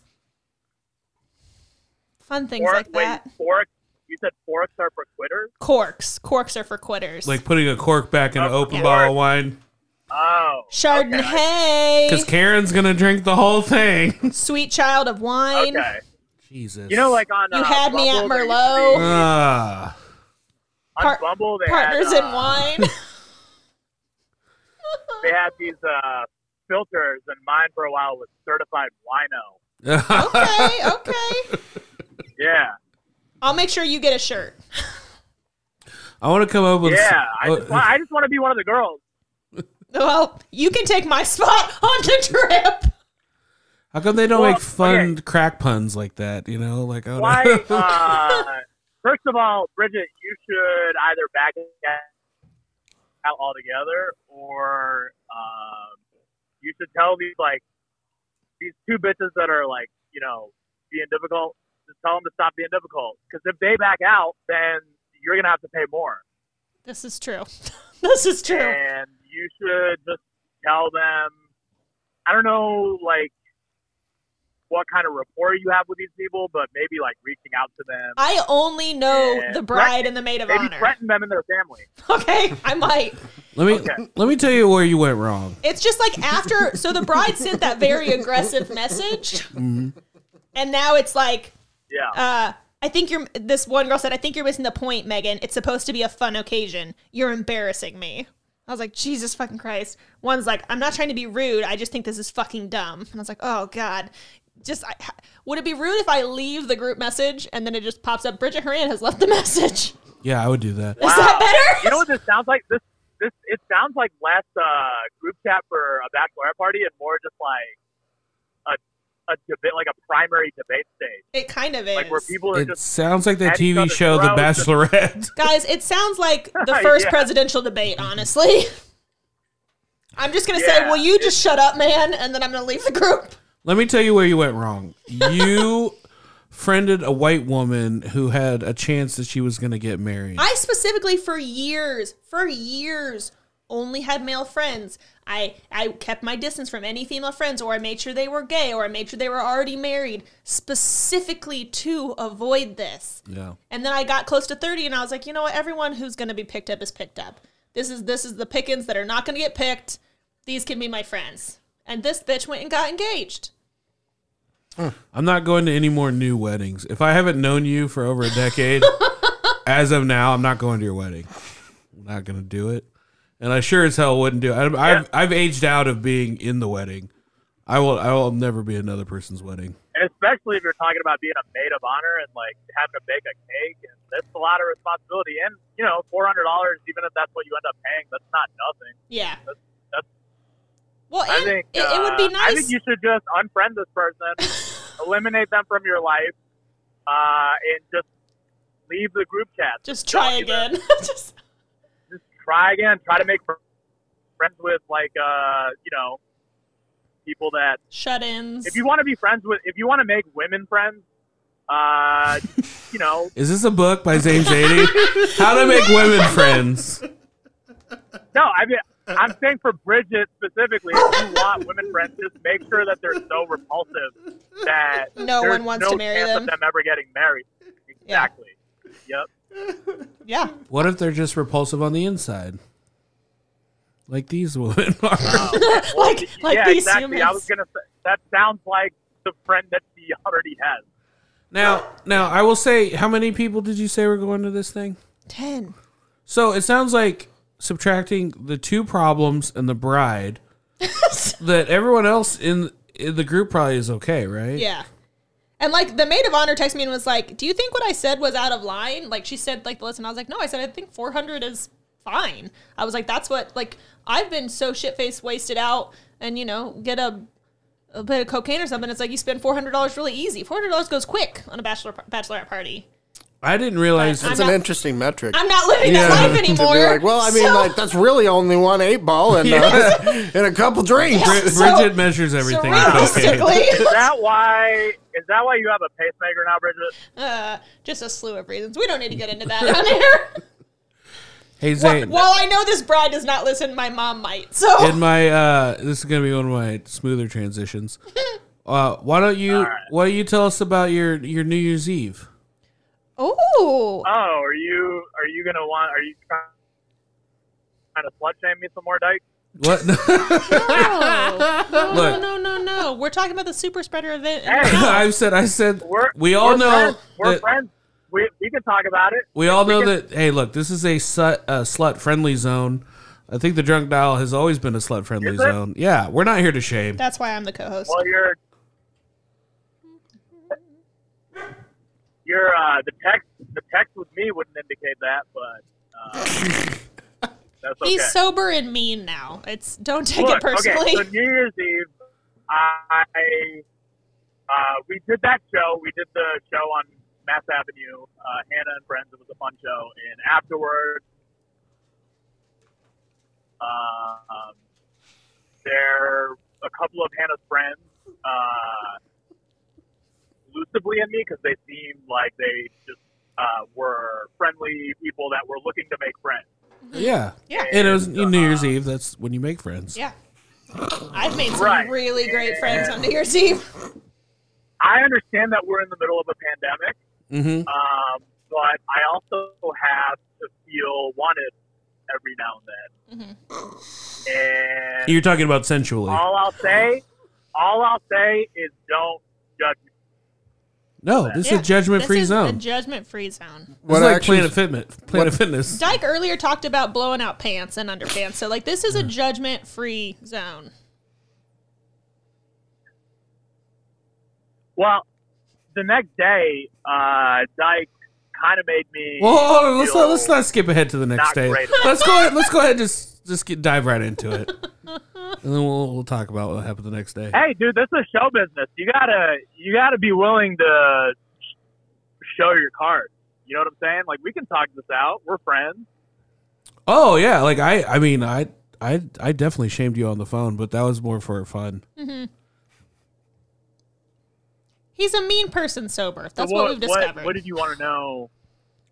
[SPEAKER 3] Fun things
[SPEAKER 7] Fork-
[SPEAKER 3] like that.
[SPEAKER 7] Wait, forks? You said forks are for quitters?
[SPEAKER 3] Corks, corks are for quitters.
[SPEAKER 1] like putting a cork back in an
[SPEAKER 7] Oh,
[SPEAKER 1] open
[SPEAKER 7] yeah.
[SPEAKER 1] bottle of wine.
[SPEAKER 7] Oh,
[SPEAKER 3] Chardonnay,
[SPEAKER 1] Because Karen's going to drink the whole thing.
[SPEAKER 3] sweet child of wine.
[SPEAKER 7] okay.
[SPEAKER 1] Jesus.
[SPEAKER 7] You know, like on
[SPEAKER 3] You
[SPEAKER 7] uh,
[SPEAKER 3] had me at
[SPEAKER 7] Bumble, there used to
[SPEAKER 3] Merlot.
[SPEAKER 7] be-
[SPEAKER 1] Ah.
[SPEAKER 7] on
[SPEAKER 3] Par-
[SPEAKER 7] Bumble, they
[SPEAKER 3] Partners
[SPEAKER 7] had,
[SPEAKER 3] in
[SPEAKER 7] uh,
[SPEAKER 3] wine.
[SPEAKER 7] They had these uh, filters, and mine for a while was certified wino.
[SPEAKER 3] okay, okay.
[SPEAKER 7] Yeah,
[SPEAKER 3] I'll make sure you get a shirt.
[SPEAKER 1] I want to come up with.
[SPEAKER 7] yeah. I just,
[SPEAKER 1] oh,
[SPEAKER 7] wa- I just want to be one of the girls.
[SPEAKER 3] Well, you can take my spot on the trip.
[SPEAKER 1] how come they don't
[SPEAKER 7] Well,
[SPEAKER 1] make fun
[SPEAKER 7] okay.
[SPEAKER 1] crack puns like that? You know, like oh,
[SPEAKER 7] Why?
[SPEAKER 1] no.
[SPEAKER 7] Uh, first of all, Bridget, you should either back out altogether, or um, you should tell these like these two bitches that are like you know being difficult. Just tell them to stop being difficult. Because if they back out, then you're gonna have to pay more.
[SPEAKER 3] This is true. this is true.
[SPEAKER 7] and you should just tell them i don't know like what kind of rapport you have with these people but maybe like reaching out to them
[SPEAKER 3] I only know
[SPEAKER 7] Yeah.
[SPEAKER 3] the bride and the maid of
[SPEAKER 7] maybe
[SPEAKER 3] honor.
[SPEAKER 7] threaten them and their family
[SPEAKER 3] Okay, I might.
[SPEAKER 1] let me
[SPEAKER 7] okay.
[SPEAKER 1] let me tell you where you went wrong.
[SPEAKER 3] It's just like after. So the bride sent that very aggressive message, and now it's like,
[SPEAKER 7] yeah
[SPEAKER 3] uh, I think you're. This one girl said, "I think you're missing the point, Megan. It's supposed to be a fun occasion. You're embarrassing me." I was like, Jesus fucking Christ. One's like, I'm not trying to be rude. I just think this is fucking dumb. And I was like, oh God. Just I, would it be rude if I leave the group message and then it just pops up? Bridget Horan has left the message.
[SPEAKER 1] Yeah, I would do that.
[SPEAKER 3] Is that better?
[SPEAKER 7] you know what this sounds like this this it sounds like less uh group chat for a bachelorette party and more just like a a debate like a primary debate stage
[SPEAKER 3] It kind of is.
[SPEAKER 7] like where people are
[SPEAKER 1] It
[SPEAKER 7] just
[SPEAKER 1] sounds like that
[SPEAKER 7] at each
[SPEAKER 1] TV
[SPEAKER 7] other's
[SPEAKER 1] show, The
[SPEAKER 7] throats.
[SPEAKER 1] Bachelorette.
[SPEAKER 3] Guys, it sounds like the first
[SPEAKER 7] Yeah.
[SPEAKER 3] presidential debate, honestly. I'm just going to say,
[SPEAKER 7] Yeah.
[SPEAKER 3] will you just shut up, man? And then I'm going to leave the group.
[SPEAKER 1] Let me tell you where you went wrong. You friended a white woman who had a chance that she was going to get married.
[SPEAKER 3] I specifically, for years, for years, only had male friends. I, I kept my distance from any female friends, or I made sure they were gay, or I made sure they were already married, specifically to avoid this.
[SPEAKER 1] yeah.
[SPEAKER 3] And then I got close to 30 and I was like, you know what? Everyone who's going to be picked up is picked up. This is this is the pickings that are not going to get picked. These can be my friends. And this bitch went and got engaged.
[SPEAKER 1] I'm not going to any more new weddings. If I haven't known you for over a decade, as of now, I'm not going to your wedding. I'm not going to do it. And I sure as hell wouldn't do it. I've, I've, I've aged out of being in the wedding. I will I will never be another person's wedding.
[SPEAKER 7] And especially if you're talking about being a maid of honor and like having to bake a cake, and that's a lot of responsibility. And you know, four hundred dollars, even if that's what you end up paying, that's not nothing.
[SPEAKER 3] Yeah.
[SPEAKER 7] that's-
[SPEAKER 3] well,
[SPEAKER 7] I
[SPEAKER 3] and
[SPEAKER 7] think
[SPEAKER 3] it, it would be
[SPEAKER 7] uh, I
[SPEAKER 3] nice.
[SPEAKER 7] think you should just unfriend this person, eliminate them from your life, uh, and just leave the group chat.
[SPEAKER 3] just try again. Just-
[SPEAKER 7] Just try again. Try to make fr- friends with like uh, you know people that
[SPEAKER 3] shut-ins.
[SPEAKER 7] if you want to be friends with if you want to make women friends, uh, you know
[SPEAKER 1] Is this a book by Zane Zadie? How to make women friends?
[SPEAKER 7] No, I mean, I'm saying for Bridget specifically, if you want women friends, just make sure that they're so repulsive that
[SPEAKER 3] No
[SPEAKER 7] there's
[SPEAKER 3] one wants
[SPEAKER 7] no
[SPEAKER 3] to marry
[SPEAKER 7] chance
[SPEAKER 3] them.
[SPEAKER 7] Of them ever getting married.
[SPEAKER 3] Yeah.
[SPEAKER 7] Exactly. Yep.
[SPEAKER 3] yeah.
[SPEAKER 1] What if they're just repulsive on the inside, like these women are?
[SPEAKER 3] like like
[SPEAKER 7] yeah,
[SPEAKER 3] these
[SPEAKER 7] exactly.
[SPEAKER 3] humans.
[SPEAKER 7] I was gonna say that sounds like the friend that she already has.
[SPEAKER 1] Now, now I will say, how many people did you say were going to this thing?
[SPEAKER 3] Ten.
[SPEAKER 1] So it sounds like subtracting the two problems and the bride, that everyone else in, in the group probably is okay, right?
[SPEAKER 3] Yeah. And like the maid of honor texted me and was like, "Do you think what I said was out of line?" Like she said like the list, and I was like, "No, I said I think 400 is fine." I was like, "That's what like I've been so shit faced, wasted out, and you know get a a bit of cocaine or something. It's like you spend four hundred dollars really easy. Four hundred dollars goes quick on a bachelor bachelorette party.
[SPEAKER 1] I didn't realize.
[SPEAKER 3] I'm
[SPEAKER 4] It's an
[SPEAKER 3] not-
[SPEAKER 4] interesting metric.
[SPEAKER 3] I'm not living
[SPEAKER 1] Yeah.
[SPEAKER 3] that life
[SPEAKER 4] to be
[SPEAKER 3] anymore.
[SPEAKER 4] like, well, I mean,
[SPEAKER 3] So-
[SPEAKER 4] like that's really only one eight ball and uh, and a couple drinks.
[SPEAKER 1] Brid-
[SPEAKER 3] so-
[SPEAKER 1] Bridget measures everything. in cocaine.
[SPEAKER 3] realistically,
[SPEAKER 7] Is that why? Is that why you have a pacemaker now, Bridget?
[SPEAKER 3] uh, just a slew of reasons. We don't need to get into that on air.
[SPEAKER 1] Hey
[SPEAKER 3] Wh-
[SPEAKER 1] Zane,
[SPEAKER 3] While I know this bride does not listen, my mom might. So
[SPEAKER 1] in my uh, this is gonna be one of my smoother transitions. Uh, why don't you why don't you tell us about your your New Year's Eve?
[SPEAKER 3] oh,
[SPEAKER 7] Oh, are you are you gonna want? Are you trying, trying to slut shame me some more, Dyke?
[SPEAKER 1] What?
[SPEAKER 3] no,
[SPEAKER 1] Look.
[SPEAKER 3] no, no, no, no. We're talking about the super spreader event.
[SPEAKER 7] Hey.
[SPEAKER 1] I said I said
[SPEAKER 7] We're
[SPEAKER 1] we all
[SPEAKER 7] we're
[SPEAKER 1] know
[SPEAKER 7] friends. we're
[SPEAKER 1] that-
[SPEAKER 7] friends. We we can talk about it.
[SPEAKER 1] We all
[SPEAKER 7] We
[SPEAKER 1] know
[SPEAKER 7] can-
[SPEAKER 1] that. Hey, look, this is a slut, uh, slut friendly zone. I think the drunk dial has always been a slut friendly
[SPEAKER 7] Is it?
[SPEAKER 1] zone. Yeah, we're not here to shame.
[SPEAKER 3] That's why I'm the co-host.
[SPEAKER 7] Well, you're you're uh, the text the text with me wouldn't indicate that, but uh, that's okay.
[SPEAKER 3] He's sober and mean now. It's don't take
[SPEAKER 7] Look,
[SPEAKER 3] it personally.
[SPEAKER 7] Okay, so New Year's Eve, I uh, we did that show. We did the show on Mass Avenue, uh, Hannah and Friends. It was a fun show, and afterwards, uh, um, there a couple of Hannah's friends, uh, elusively in me because they seemed like they just uh, were friendly people that were looking to make friends.
[SPEAKER 1] Yeah.
[SPEAKER 3] Yeah.
[SPEAKER 1] And it was New Year's Eve. That's when you make friends.
[SPEAKER 3] yeah. I've made some
[SPEAKER 7] Right.
[SPEAKER 3] really great friends on New Year's Eve.
[SPEAKER 7] I understand that we're in the middle of a pandemic.
[SPEAKER 1] Mm-hmm.
[SPEAKER 7] Um, but I also have to feel wanted every now and then. And
[SPEAKER 3] Mm-hmm.
[SPEAKER 1] You're talking about sensually.
[SPEAKER 7] all I'll say, all I'll say is don't judge me.
[SPEAKER 1] No, this
[SPEAKER 3] Yeah.
[SPEAKER 1] is a judgment free
[SPEAKER 3] This is A
[SPEAKER 1] zone. This
[SPEAKER 3] judgment-free zone.
[SPEAKER 1] is
[SPEAKER 4] What
[SPEAKER 1] like
[SPEAKER 4] actually-
[SPEAKER 1] Planet Fitness. Planet Fitness.
[SPEAKER 3] Dyke earlier talked about blowing out pants and underpants. So like this is a judgment-free zone.
[SPEAKER 7] Well, the next day, uh, Dyke kind of made me.
[SPEAKER 1] Well, hold on, let's
[SPEAKER 7] feel-
[SPEAKER 1] not, let's not skip ahead to the next
[SPEAKER 7] Not
[SPEAKER 1] day.
[SPEAKER 7] great.
[SPEAKER 1] Let's go ahead. Let's go ahead. And just just get, dive right into it, and then we'll we'll talk about what happened the next day.
[SPEAKER 7] Hey, dude, this is show business. You gotta, you gotta be willing to show your card. You know what I'm saying? Like we can talk this out. We're friends.
[SPEAKER 1] Oh yeah, like I, I mean, I, I, I definitely shamed you on the phone, but that was more for fun.
[SPEAKER 3] He's a mean person sober. That's
[SPEAKER 7] So
[SPEAKER 3] what, we've discovered.
[SPEAKER 7] What, did you want to know?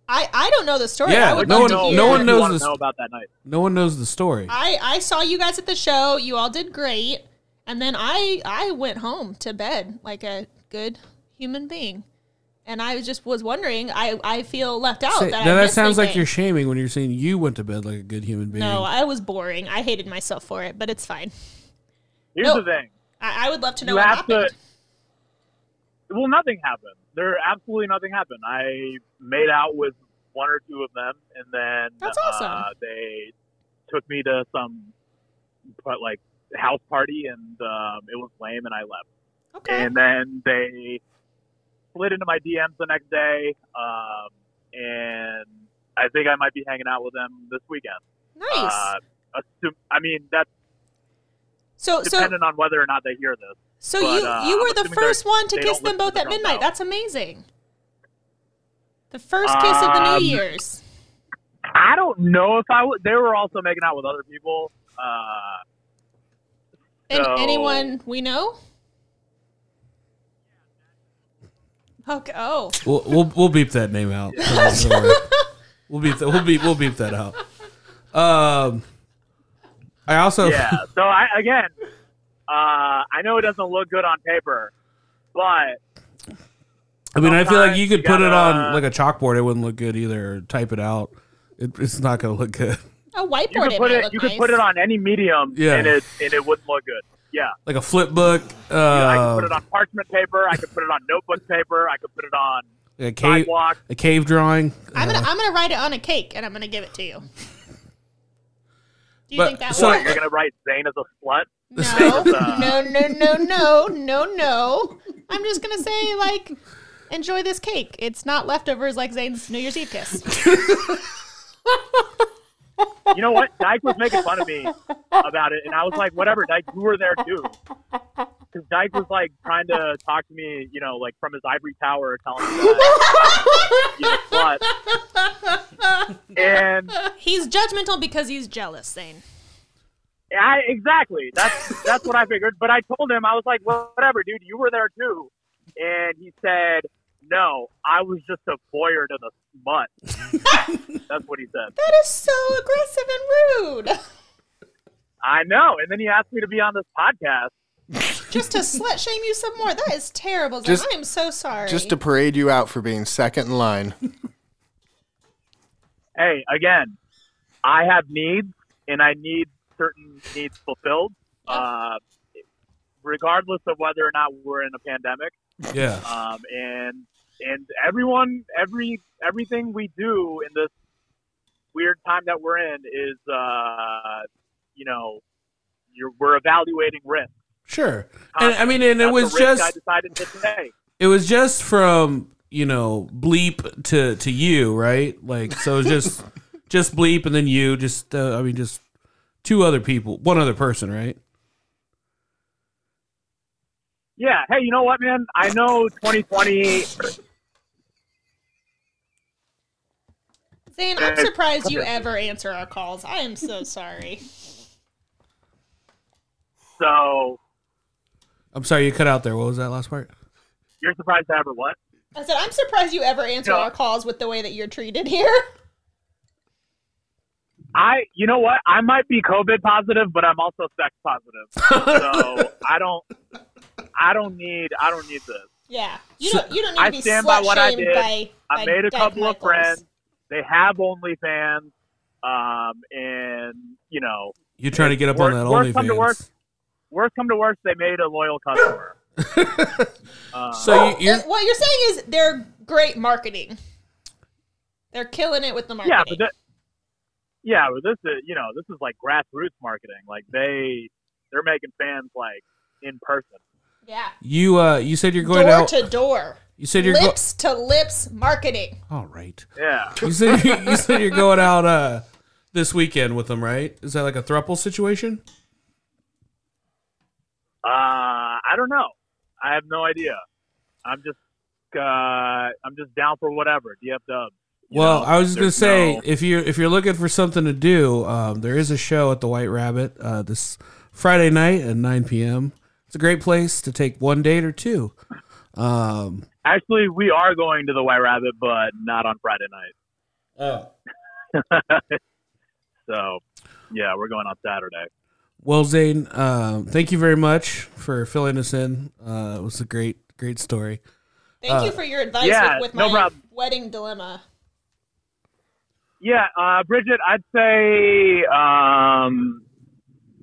[SPEAKER 3] I, I don't know the story.
[SPEAKER 1] Yeah,
[SPEAKER 3] I
[SPEAKER 1] But
[SPEAKER 3] would
[SPEAKER 1] no
[SPEAKER 3] love
[SPEAKER 1] one-
[SPEAKER 3] to hear.
[SPEAKER 1] no
[SPEAKER 7] what
[SPEAKER 1] one
[SPEAKER 7] did you
[SPEAKER 1] knows
[SPEAKER 7] wanna
[SPEAKER 1] this-
[SPEAKER 7] know about that night.
[SPEAKER 1] No one knows the story.
[SPEAKER 3] I, I saw you guys at the show. You all did great. And then I I went home to bed like a good human being. And I was just was wondering. I, I feel left out.
[SPEAKER 1] Say-
[SPEAKER 3] that
[SPEAKER 1] now
[SPEAKER 3] I
[SPEAKER 1] that
[SPEAKER 3] missed
[SPEAKER 1] sounds like
[SPEAKER 3] anything.
[SPEAKER 1] you're shaming when you're saying you went to bed like a good human being.
[SPEAKER 3] No, I was boring. I hated myself for it, but it's fine.
[SPEAKER 7] Here's
[SPEAKER 3] No.
[SPEAKER 7] the thing.
[SPEAKER 3] I, I would love to know
[SPEAKER 7] You
[SPEAKER 3] what
[SPEAKER 7] have
[SPEAKER 3] happened.
[SPEAKER 7] to well, nothing happened. There absolutely nothing happened. I made out with one or two of them, and then
[SPEAKER 3] That's
[SPEAKER 7] uh,
[SPEAKER 3] awesome.
[SPEAKER 7] they took me to some but like house party, and um, it was lame, and I left.
[SPEAKER 3] Okay.
[SPEAKER 7] And then they slid into my DMs the next day, um, and I think I might be hanging out with them this weekend.
[SPEAKER 3] nice.
[SPEAKER 7] Uh, assume, I mean, that's
[SPEAKER 3] so so
[SPEAKER 7] dependent on whether or not they hear this.
[SPEAKER 3] so
[SPEAKER 7] but,
[SPEAKER 3] you
[SPEAKER 7] uh,
[SPEAKER 3] you
[SPEAKER 7] I'm
[SPEAKER 3] were the
[SPEAKER 7] assuming they're-
[SPEAKER 3] first one to
[SPEAKER 7] they
[SPEAKER 3] kiss them
[SPEAKER 7] don't listen
[SPEAKER 3] both
[SPEAKER 7] to
[SPEAKER 3] at
[SPEAKER 7] the drums
[SPEAKER 3] midnight.
[SPEAKER 7] out.
[SPEAKER 3] That's amazing. The first kiss of the
[SPEAKER 7] Um,
[SPEAKER 3] New Year's.
[SPEAKER 7] I don't know if I would. They were also making out with other people. Uh,
[SPEAKER 3] And
[SPEAKER 7] so-
[SPEAKER 3] anyone we know? Okay. Oh.
[SPEAKER 1] We'll we'll, we'll beep that name out. Don't worry. we'll beep that. We'll beep. We'll beep that out. Um, I also
[SPEAKER 7] yeah. So I again, uh, I know it doesn't look good on paper, but
[SPEAKER 1] I mean, I feel like you
[SPEAKER 7] Sometimes
[SPEAKER 1] could
[SPEAKER 7] you
[SPEAKER 1] put it on
[SPEAKER 7] gotta- uh,
[SPEAKER 1] like a chalkboard. It wouldn't look good either. Or type it out. It, it's not going to look good.
[SPEAKER 3] A
[SPEAKER 7] you
[SPEAKER 3] whiteboard.
[SPEAKER 7] could put
[SPEAKER 3] might
[SPEAKER 7] it
[SPEAKER 3] look
[SPEAKER 7] you
[SPEAKER 3] nice.
[SPEAKER 7] could put it on any medium,
[SPEAKER 1] Yeah.
[SPEAKER 7] and it and it wouldn't look good. Yeah.
[SPEAKER 1] Like a flip book.
[SPEAKER 7] I could put it
[SPEAKER 1] Uh,
[SPEAKER 7] on parchment paper. I could put it on notebook paper. I could put it on
[SPEAKER 1] a cave.
[SPEAKER 7] sidewalk.
[SPEAKER 1] A cave drawing.
[SPEAKER 3] I'm gonna I'm gonna write it on a cake and I'm gonna give it to you. Do you
[SPEAKER 1] But-
[SPEAKER 3] think that
[SPEAKER 1] so-
[SPEAKER 3] would
[SPEAKER 7] You're gonna write Zane as a slut.
[SPEAKER 3] No,
[SPEAKER 7] Uh,
[SPEAKER 3] no, no, no, no, no, no. I'm just gonna say like, enjoy this cake. It's not leftovers like Zane's New Year's Eve kiss.
[SPEAKER 7] You know what? Dyke was making fun of me about it, and I was like, whatever, Dyke, you were there too. Because Dyke was like trying to talk to me, you know, like from his ivory tower, telling me that you know, slut. And
[SPEAKER 3] He's judgmental because he's jealous, Zane.
[SPEAKER 7] I exactly that's that's what I figured. But I told him I was like, well, whatever, dude, you were there too. And he said, no, I was just a voyeur to the smut. that's what he said.
[SPEAKER 3] That is so aggressive and rude.
[SPEAKER 7] I know. And then he asked me to be on this podcast.
[SPEAKER 3] Just to slut shame you some more. That is terrible. Zane.
[SPEAKER 4] Just-
[SPEAKER 3] I am so sorry.
[SPEAKER 4] Just to parade you out for being second in line.
[SPEAKER 7] hey, again, I have needs and I need certain needs fulfilled. Uh, regardless of whether or not we're in a pandemic,
[SPEAKER 1] Yeah.
[SPEAKER 7] um, and and everyone, every everything we do in this weird time that we're in is, uh, you know, you're, we're evaluating risk.
[SPEAKER 1] Sure. And I mean, and it
[SPEAKER 7] That's
[SPEAKER 1] was
[SPEAKER 7] a risk
[SPEAKER 1] just.
[SPEAKER 7] I decided to take.
[SPEAKER 1] it was just from you know bleep to to you right like so it's just just bleep and then you just uh, i mean just two other people one other person right
[SPEAKER 7] Yeah. Hey, you know what, man? I know 2020
[SPEAKER 3] Zane, I'm surprised you ever answer our calls. I am so sorry.
[SPEAKER 7] so
[SPEAKER 1] i'm sorry you cut out there what was that last part
[SPEAKER 7] you're surprised to have her what?
[SPEAKER 3] I said, I'm surprised you ever answer
[SPEAKER 7] No.
[SPEAKER 3] our calls with the way that you're treated here.
[SPEAKER 7] I, you know what? I might be COVID positive, but I'm also sex positive. So I don't, I don't need, I don't need this.
[SPEAKER 3] Yeah, you don't. You don't need
[SPEAKER 7] I
[SPEAKER 3] to be
[SPEAKER 7] stand
[SPEAKER 3] slut
[SPEAKER 7] by what I
[SPEAKER 3] shamed
[SPEAKER 7] did.
[SPEAKER 3] By,
[SPEAKER 7] I
[SPEAKER 3] by
[SPEAKER 7] made a
[SPEAKER 3] Dyke
[SPEAKER 7] couple of
[SPEAKER 3] Michaels.
[SPEAKER 7] friends. They have OnlyFans, um, and you know,
[SPEAKER 1] you trying to get up on
[SPEAKER 7] Work-
[SPEAKER 1] that
[SPEAKER 7] work come to work.
[SPEAKER 1] OnlyFans.
[SPEAKER 7] worst come to worst, they made a loyal customer. uh,
[SPEAKER 1] so you, you're
[SPEAKER 3] What- What you're saying is they're great marketing. They're killing it with the marketing.
[SPEAKER 7] yeah, but that, yeah, but this is, you know, this is like grassroots marketing. Like they, they're making fans like in person.
[SPEAKER 3] yeah.
[SPEAKER 1] you uh you said you're going
[SPEAKER 3] door
[SPEAKER 1] out
[SPEAKER 3] to door,
[SPEAKER 1] you said you're going
[SPEAKER 3] lips to lips marketing.
[SPEAKER 1] all right
[SPEAKER 7] Yeah.
[SPEAKER 1] you said you, you said you're going out uh this weekend with them right is that like a thruple situation
[SPEAKER 7] Uh, I don't know. I have no idea. I'm just, uh, I'm just down for whatever. DF Dubs. you
[SPEAKER 1] Well,
[SPEAKER 7] know?
[SPEAKER 1] I was just gonna
[SPEAKER 7] There's
[SPEAKER 1] say
[SPEAKER 7] no-
[SPEAKER 1] if you're if you're looking for something to do, um, there is a show at the White Rabbit uh, this Friday night at 9 p.m. It's a great place to take one date or two. Um,
[SPEAKER 7] actually, we are going to the White Rabbit, but not on Friday night. So, yeah, we're going on Saturday.
[SPEAKER 1] well, Zane, um, thank you very much for filling us in. Uh, it was a great great story.
[SPEAKER 3] Thank
[SPEAKER 1] Uh,
[SPEAKER 3] you for your advice
[SPEAKER 7] yeah,
[SPEAKER 3] with, with
[SPEAKER 7] no
[SPEAKER 3] my
[SPEAKER 7] problem.
[SPEAKER 3] wedding dilemma.
[SPEAKER 7] Yeah, uh, Bridget, I'd say um,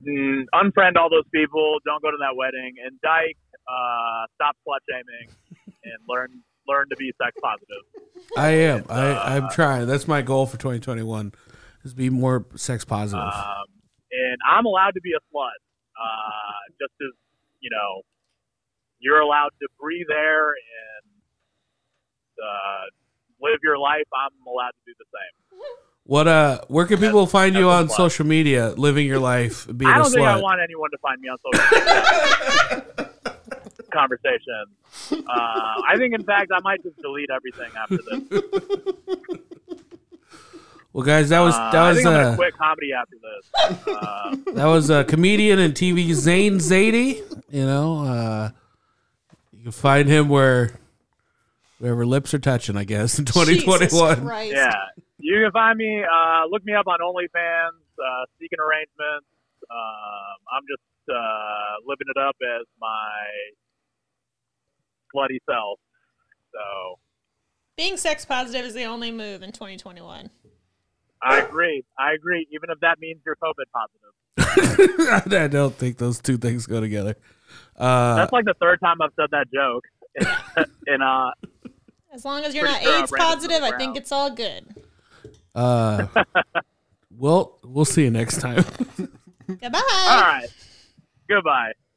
[SPEAKER 7] mm, unfriend all those people. Don't go to that wedding. And Dyke, uh, stop slut shaming. and learn learn to be sex positive.
[SPEAKER 1] I am. I, I'm trying. That's my goal for 2021 is be more sex positive.
[SPEAKER 7] Um, and I'm allowed to be a slut, uh, just as you know, you're allowed to breathe air and uh, live your life. I'm allowed to do the same.
[SPEAKER 1] what uh where can people find you
[SPEAKER 7] that's a
[SPEAKER 1] on
[SPEAKER 7] slut.
[SPEAKER 1] social media living your life being
[SPEAKER 7] I
[SPEAKER 1] a
[SPEAKER 7] don't think I
[SPEAKER 1] slut?
[SPEAKER 7] want anyone to find me on social media. Conversation. Uh, I think, in fact, I might just delete everything after this.
[SPEAKER 1] Well guys, that was
[SPEAKER 7] Uh,
[SPEAKER 1] that
[SPEAKER 7] I
[SPEAKER 1] was
[SPEAKER 7] think I'm gonna
[SPEAKER 1] uh,
[SPEAKER 7] quit comedy after this. Uh,
[SPEAKER 1] that was a comedian and TV Zane Zadie, you know, uh you can find him where wherever lips are touching, I guess, in
[SPEAKER 3] Jesus
[SPEAKER 1] 2021.
[SPEAKER 3] Christ.
[SPEAKER 7] yeah, you can find me. Uh, look me up on OnlyFans, uh, Seeking Arrangements. Um, I'm just uh, living it up as my bloody self. So
[SPEAKER 3] Being sex positive is the only move in 2021.
[SPEAKER 7] I agree. I agree. Even if that means you're COVID positive.
[SPEAKER 1] I don't think those two things go together. Uh
[SPEAKER 7] That's like the third time I've said that joke. and uh,
[SPEAKER 3] As long as you're not
[SPEAKER 7] Pretty sure I
[SPEAKER 3] AIDS
[SPEAKER 7] ran it to
[SPEAKER 3] positive,
[SPEAKER 7] the
[SPEAKER 3] I think
[SPEAKER 7] ground.
[SPEAKER 3] it's all good.
[SPEAKER 1] uh well, we'll see you next time.
[SPEAKER 3] Goodbye.
[SPEAKER 7] all right, goodbye.